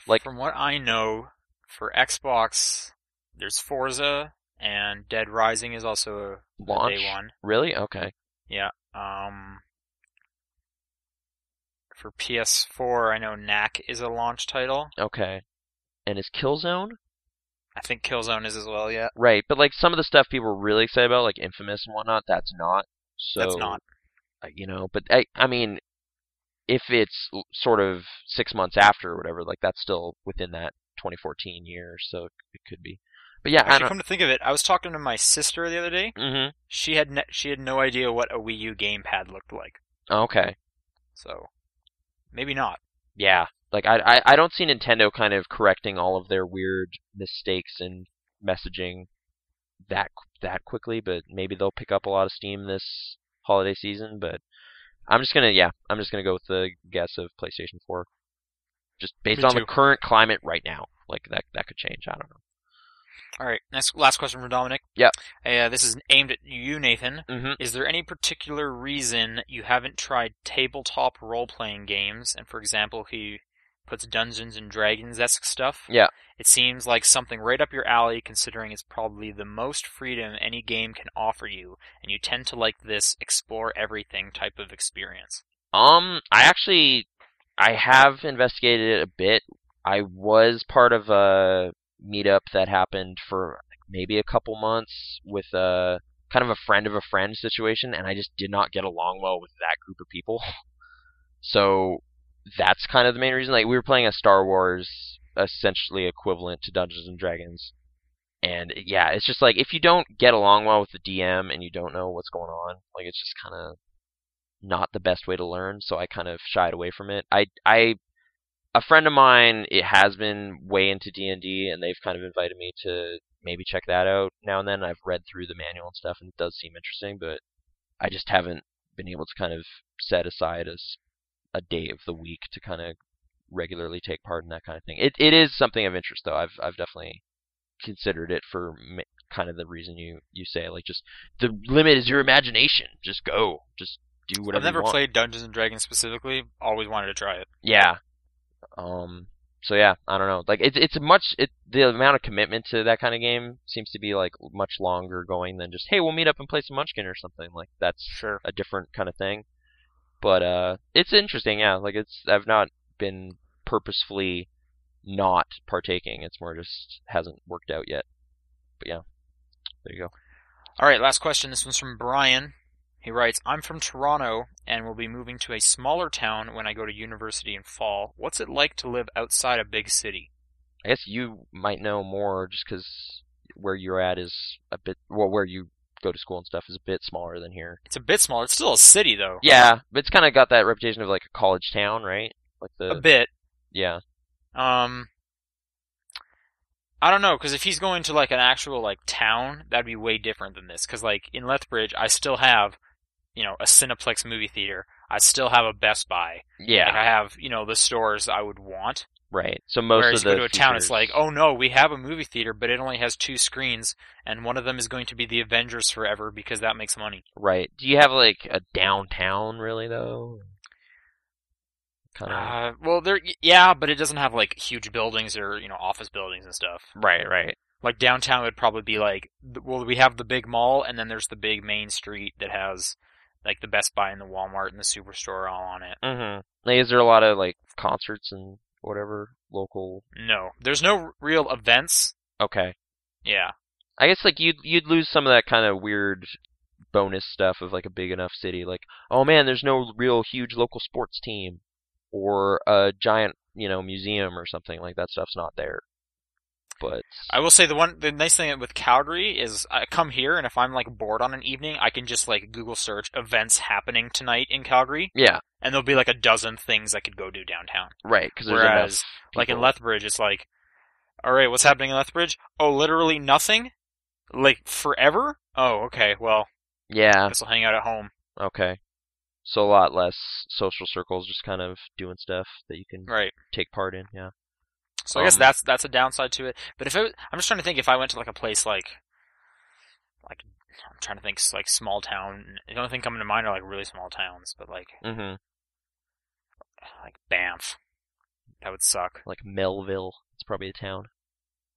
C: Like-
A: from what I know, for Xbox, there's Forza and Dead Rising is also a
C: Launch?
A: day one.
C: Really? Okay.
A: Um, for PS4, I know Knack is a launch title.
C: Okay. And is Killzone?
A: I think Killzone is as well. Yeah,
C: Right, but like some of the stuff people were really excited about, like Infamous and whatnot, that's not. So
A: that's not.
C: uh, you know but i i mean if it's l- sort of six months after or whatever like that's still within that 2014 year so it- it could be but yeah i
A: Actually,
C: don't
A: come to think of it, I was talking to my sister the other day.
C: mhm
A: She had ne- she had no idea what a Wii U gamepad looked like.
C: okay
A: So maybe not.
C: yeah like I, I i don't see nintendo kind of correcting all of their weird mistakes in messaging that qu- that quickly but maybe they'll pick up a lot of steam this holiday season but i'm just going to yeah i'm just going to go with the guess of PlayStation 4 just based
A: Me
C: on
A: too.
C: the current climate right now like that that could change i don't know
A: All right, next last question from Dominic.
C: Yep.
A: Uh, this is aimed at you, Nathan.
C: Mhm.
A: Is there any particular reason you haven't tried tabletop role playing games? And for example, he puts Dungeons and Dragons esque stuff.
C: Yeah.
A: It seems like something right up your alley, considering it's probably the most freedom any game can offer you, and you tend to like this explore everything type of experience.
C: Um, I actually I have investigated it a bit. I was part of a meetup that happened for maybe a couple months with a kind of a friend of a friend situation, and I just did not get along well with that group of people. (laughs) So that's kind of the main reason. Like we were playing a Star Wars essentially equivalent to Dungeons and Dragons. And yeah, it's just like if you don't get along well with the DM and you don't know what's going on, like it's just kind of not the best way to learn, so I kind of shied away from it. I I a friend of mine it has been way into D&D and they've kind of invited me to maybe check that out now and then. I've read through the manual and stuff and it does seem interesting, but I just haven't been able to kind of set aside as a day of the week to kind of regularly take part in that kind of thing. It it is something of interest though. I've I've definitely considered it for ma- kind of the reason you you say like just the limit is your imagination. Just go. Just do whatever
A: I've never
C: you want.
A: played Dungeons and Dragons specifically. Always wanted to try it.
C: Yeah. Um. So yeah, I don't know. Like it's it's much it the amount of commitment to that kind of game seems to be like much longer going than just hey we'll meet up and play some Munchkin or something like that's
A: Sure.
C: a different kind of thing. But uh, it's interesting. Yeah, like it's I've not been purposefully not partaking. It's more just hasn't worked out yet. But yeah, there you go.
A: All right, last question. This one's from Brian. He writes, "I'm from Toronto and will be moving to a smaller town when I go to university in fall. What's it like to live outside a big city?"
C: I guess you might know more just because where you're at is a bit well where you go to school and stuff is a bit smaller than here.
A: It's a bit smaller. It's still a city though.
C: Yeah, but it's kind of got that reputation of like a college town, right? Like
A: A
C: the
A: bit.
C: yeah,
A: Um, I don't know, because if he's going to like an actual like town, that'd be way different than this. Because like in Lethbridge, I still have, you know, a Cineplex movie theater. I still have a Best Buy. Like
C: yeah,
A: I have, you know, the stores I would want.
C: right. So most
A: Whereas
C: of
A: you
C: the
A: go to a town, it's
C: features-
A: like, oh no, we have a movie theater, but it only has two screens, and one of them is going to be the Avengers forever because that makes money.
C: right. Do you have like a downtown really though? Kind of
A: Uh, well, there, yeah, but it doesn't have like huge buildings or you know office buildings and stuff.
C: right, right.
A: like downtown would probably be like th- well we have the big mall and then there's the big main street that has like the Best Buy and the Walmart and the Superstore all on it.
C: Mm-hmm. Like, is there a lot of like concerts and whatever local?
A: No, there's no r- real events.
C: Okay,
A: Yeah,
C: I guess like you'd you'd lose some of that kind of weird bonus stuff of like a big enough city. Like, oh man, there's no real huge local sports team or a giant you know museum or something like that. Stuff's not there. But
A: I will say the one the nice thing with Calgary is I come here and if I'm like bored on an evening, I can just like Google search events happening tonight in Calgary,
C: yeah,
A: and there'll be like a dozen things I could go do downtown.
C: right. Because there's enough
A: Whereas like in
C: people.
A: Lethbridge, it's like, all right, what's happening in Lethbridge? Oh, literally nothing. Like forever? Oh, okay. Well,
C: Yeah.
A: I guess I'll hang out at home.
C: Okay. So a lot less social circles, just kind of doing stuff that you can
A: Right.
C: take part in. Yeah.
A: So I guess
C: Um,
A: that's that's a downside to it. But if it was, I'm just trying to think if I went to like a place like like I'm trying to think s- like small town. The only thing coming to mind are like really small towns, but like
C: hmm
A: like Banff. That would suck.
C: Like Melville. It's probably a town.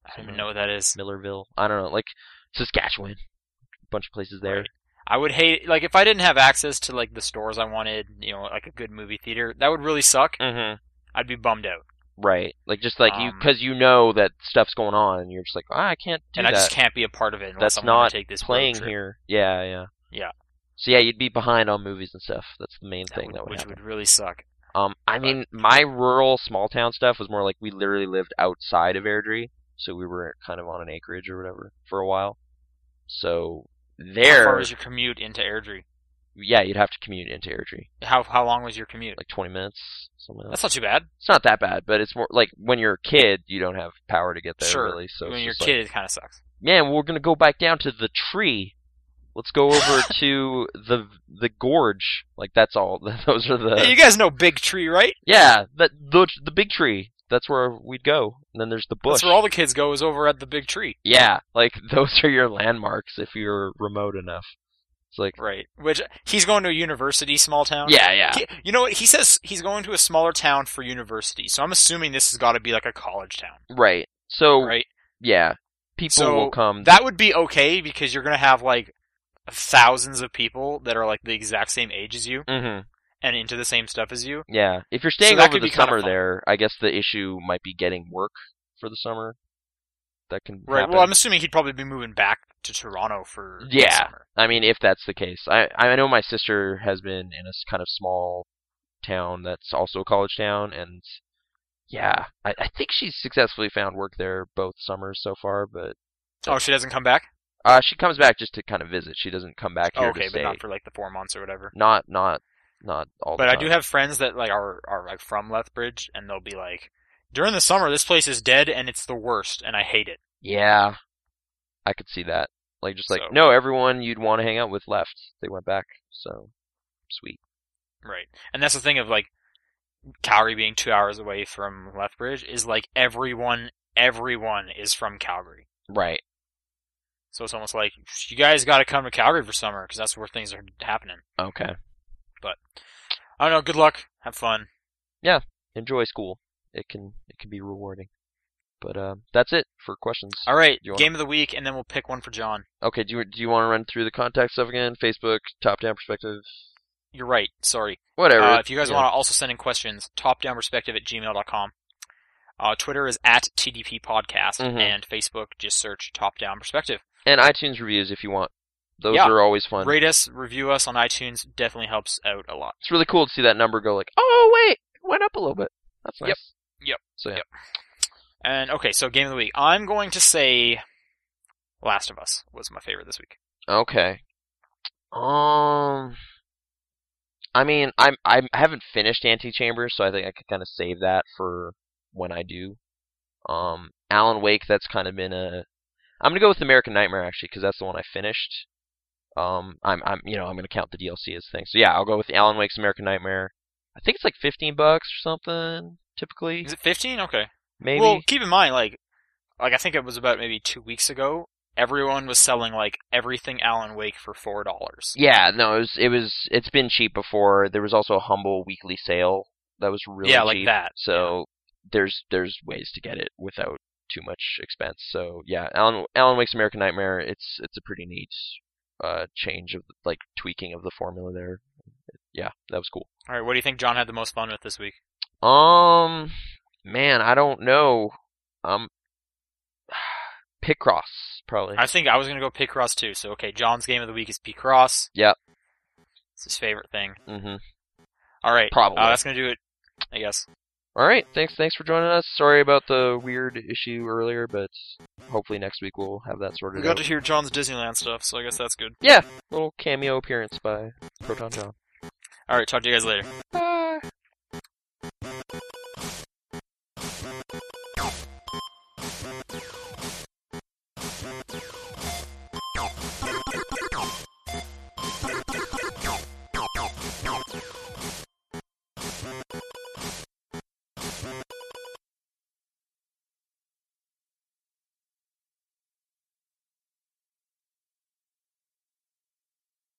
A: I don't even
C: Mm-hmm.
A: know what that is.
C: Millerville. I don't know. Like Saskatchewan. bunch of places there.
A: Right. I would hate like if I didn't have access to like the stores I wanted, you know, like a good movie theater. That would really suck.
C: Mm-hmm.
A: I'd be bummed out,
C: Right. Like just like you,
A: Um,
C: because you know that stuff's going on, and you're just like, ah, I can't do
A: and
C: that.
A: I just can't be a part of it unless
C: That's
A: I'm willing
C: not
A: to take this road
C: playing
A: trip,
C: here. Yeah, yeah.
A: Yeah.
C: So yeah, you'd be behind on movies and stuff. That's the main
A: that
C: thing
A: would-
C: that would
A: which
C: happen.
A: would really suck.
C: Um, I mean, my rural small town stuff was more like we literally lived outside of Airdrie, so we were kind of on an acreage or whatever for a while. So
A: How far
C: there,
A: was your commute into Airdrie?
C: yeah, you'd have to commute into Airdrie,
A: How how long was your commute?
C: like 20 minutes, something. Like
A: That's
C: that.
A: not too bad.
C: It's not that bad, but it's more like when you're a kid, you don't have power to get there
A: Sure.
C: really. So
A: when
C: it's
A: you're a
C: just like,
A: kid, it kind of sucks.
C: man, we're gonna go back down to the tree. Let's go
A: (laughs)
C: over to the the gorge. Like that's all. (laughs) Those are the
A: you guys know Big Tree, right?
C: Yeah, that the the big tree. That's where we'd go. And then there's the bush.
A: That's where all the kids go is over at the Big Tree,
C: yeah, like (laughs) those are your landmarks if you're remote enough. It's like
A: right? Which he's going to a university, small town.
C: yeah, yeah,
A: Ki- You know what? He says he's going to a smaller town for university, so I'm assuming this has got to be like a college town,
C: right. So
A: right?
C: yeah, people
A: So,
C: will come.
A: That would be okay because you're gonna have like thousands of people that are like the exact same age as you,
C: mm-hmm.
A: and into the same stuff as you.
C: Yeah, if you're staying
A: that
C: over
A: could
C: the
A: be kinda
C: summer
A: fun.
C: there, I guess the issue might be getting work for the summer. That can
A: Right.
C: happen.
A: Well, I'm assuming he'd probably be moving back to Toronto for the
C: Yeah.
A: summer.
C: I mean, if that's the case, I I know my sister has been in a s- kind of small town that's also a college town, and yeah, I, I think she's successfully found work there both summers so far. But
A: Oh, she doesn't come back.
C: uh, she comes back just to kind of visit. She doesn't come back
A: Oh,
C: here
A: okay,
C: to stay.
A: but not for like the four months or whatever.
C: not not not all.
A: But
C: the
A: I
C: time.
A: do have friends that like are are like from Lethbridge, and they'll be like, during the summer, this place is dead and it's the worst, and I hate it.
C: Yeah, I could see that. Like just like
A: So-
C: no, everyone you'd want to hang out with left. They went back. So sweet.
A: Right. And that's the thing of like Calgary being two hours away from Lethbridge is like everyone everyone is from Calgary.
C: Right.
A: So it's almost like you guys got to come to Calgary for summer because that's where things are happening.
C: Okay.
A: I don't know. Good luck. Have fun.
C: Enjoy school. It can it can be rewarding. But um, that's it for questions.
A: All right.
C: You wanna-
A: Game of the week, and then we'll pick one for John.
C: Okay. Do you do you want to run through the contact stuff again? Facebook, top down perspective,
A: You're right. Sorry.
C: whatever.
A: Uh, if you guys
C: Yeah.
A: want to also send in questions, topdownperspective at gmail.com. Uh, Twitter is at TDP Podcast,
C: Mhm.
A: and Facebook, just search Top Down Perspective.
C: and iTunes reviews if you want. Those
A: Yeah.
C: are always fun.
A: Rate us, review us on iTunes, definitely helps out a lot.
C: It's really cool to see that number go like, oh wait, it went up a little bit. That's nice.
A: Yep. Yep.
C: So yeah.
A: Yep. And okay, so game of the week. I'm going to say Last of Us was my favorite this week.
C: Okay. Um, I mean, I'm I'm I haven't finished Antichamber, so I think I could kind of save that for when I do. Um, Alan Wake, that's kind of been a. I'm gonna go with American Nightmare actually, because that's the one I finished. Um, I'm I'm you know I'm gonna count the DLC as a thing, so yeah, I'll go with Alan Wake's American Nightmare. I think it's like 15 bucks or something typically,
A: Is it 15? Okay.
C: maybe.
A: Well, keep in mind, like, like I think it was about maybe two weeks ago. Everyone was selling like everything Alan Wake for four dollars.
C: Yeah, no, it was it was it's been cheap before. There was also a humble weekly sale that was really
A: Yeah, like
C: cheap,
A: that,
C: So there's there's ways to get it without too much expense. So yeah, Alan Alan Wake's American Nightmare. It's it's a pretty neat uh change of like tweaking of the formula there. Yeah, that was cool.
A: All right, what do you think John had the most fun with this week?
C: Um, man, I don't know. Um, (sighs) Picross probably.
A: I think I was gonna go Picross too. So okay, John's game of the week is Picross.
C: Yep.
A: It's his favorite thing.
C: mm-hmm.
A: All right,
C: Probably.
A: Uh, that's gonna do it, I guess.
C: All right, thanks thanks for joining us. Sorry about the weird issue earlier, but hopefully next week we'll have that
A: We
C: sorted
A: got
C: out.
A: to hear John's Disneyland stuff, so I guess that's good.
C: yeah, little cameo appearance by Proton John.
A: All right, talk to you guys later.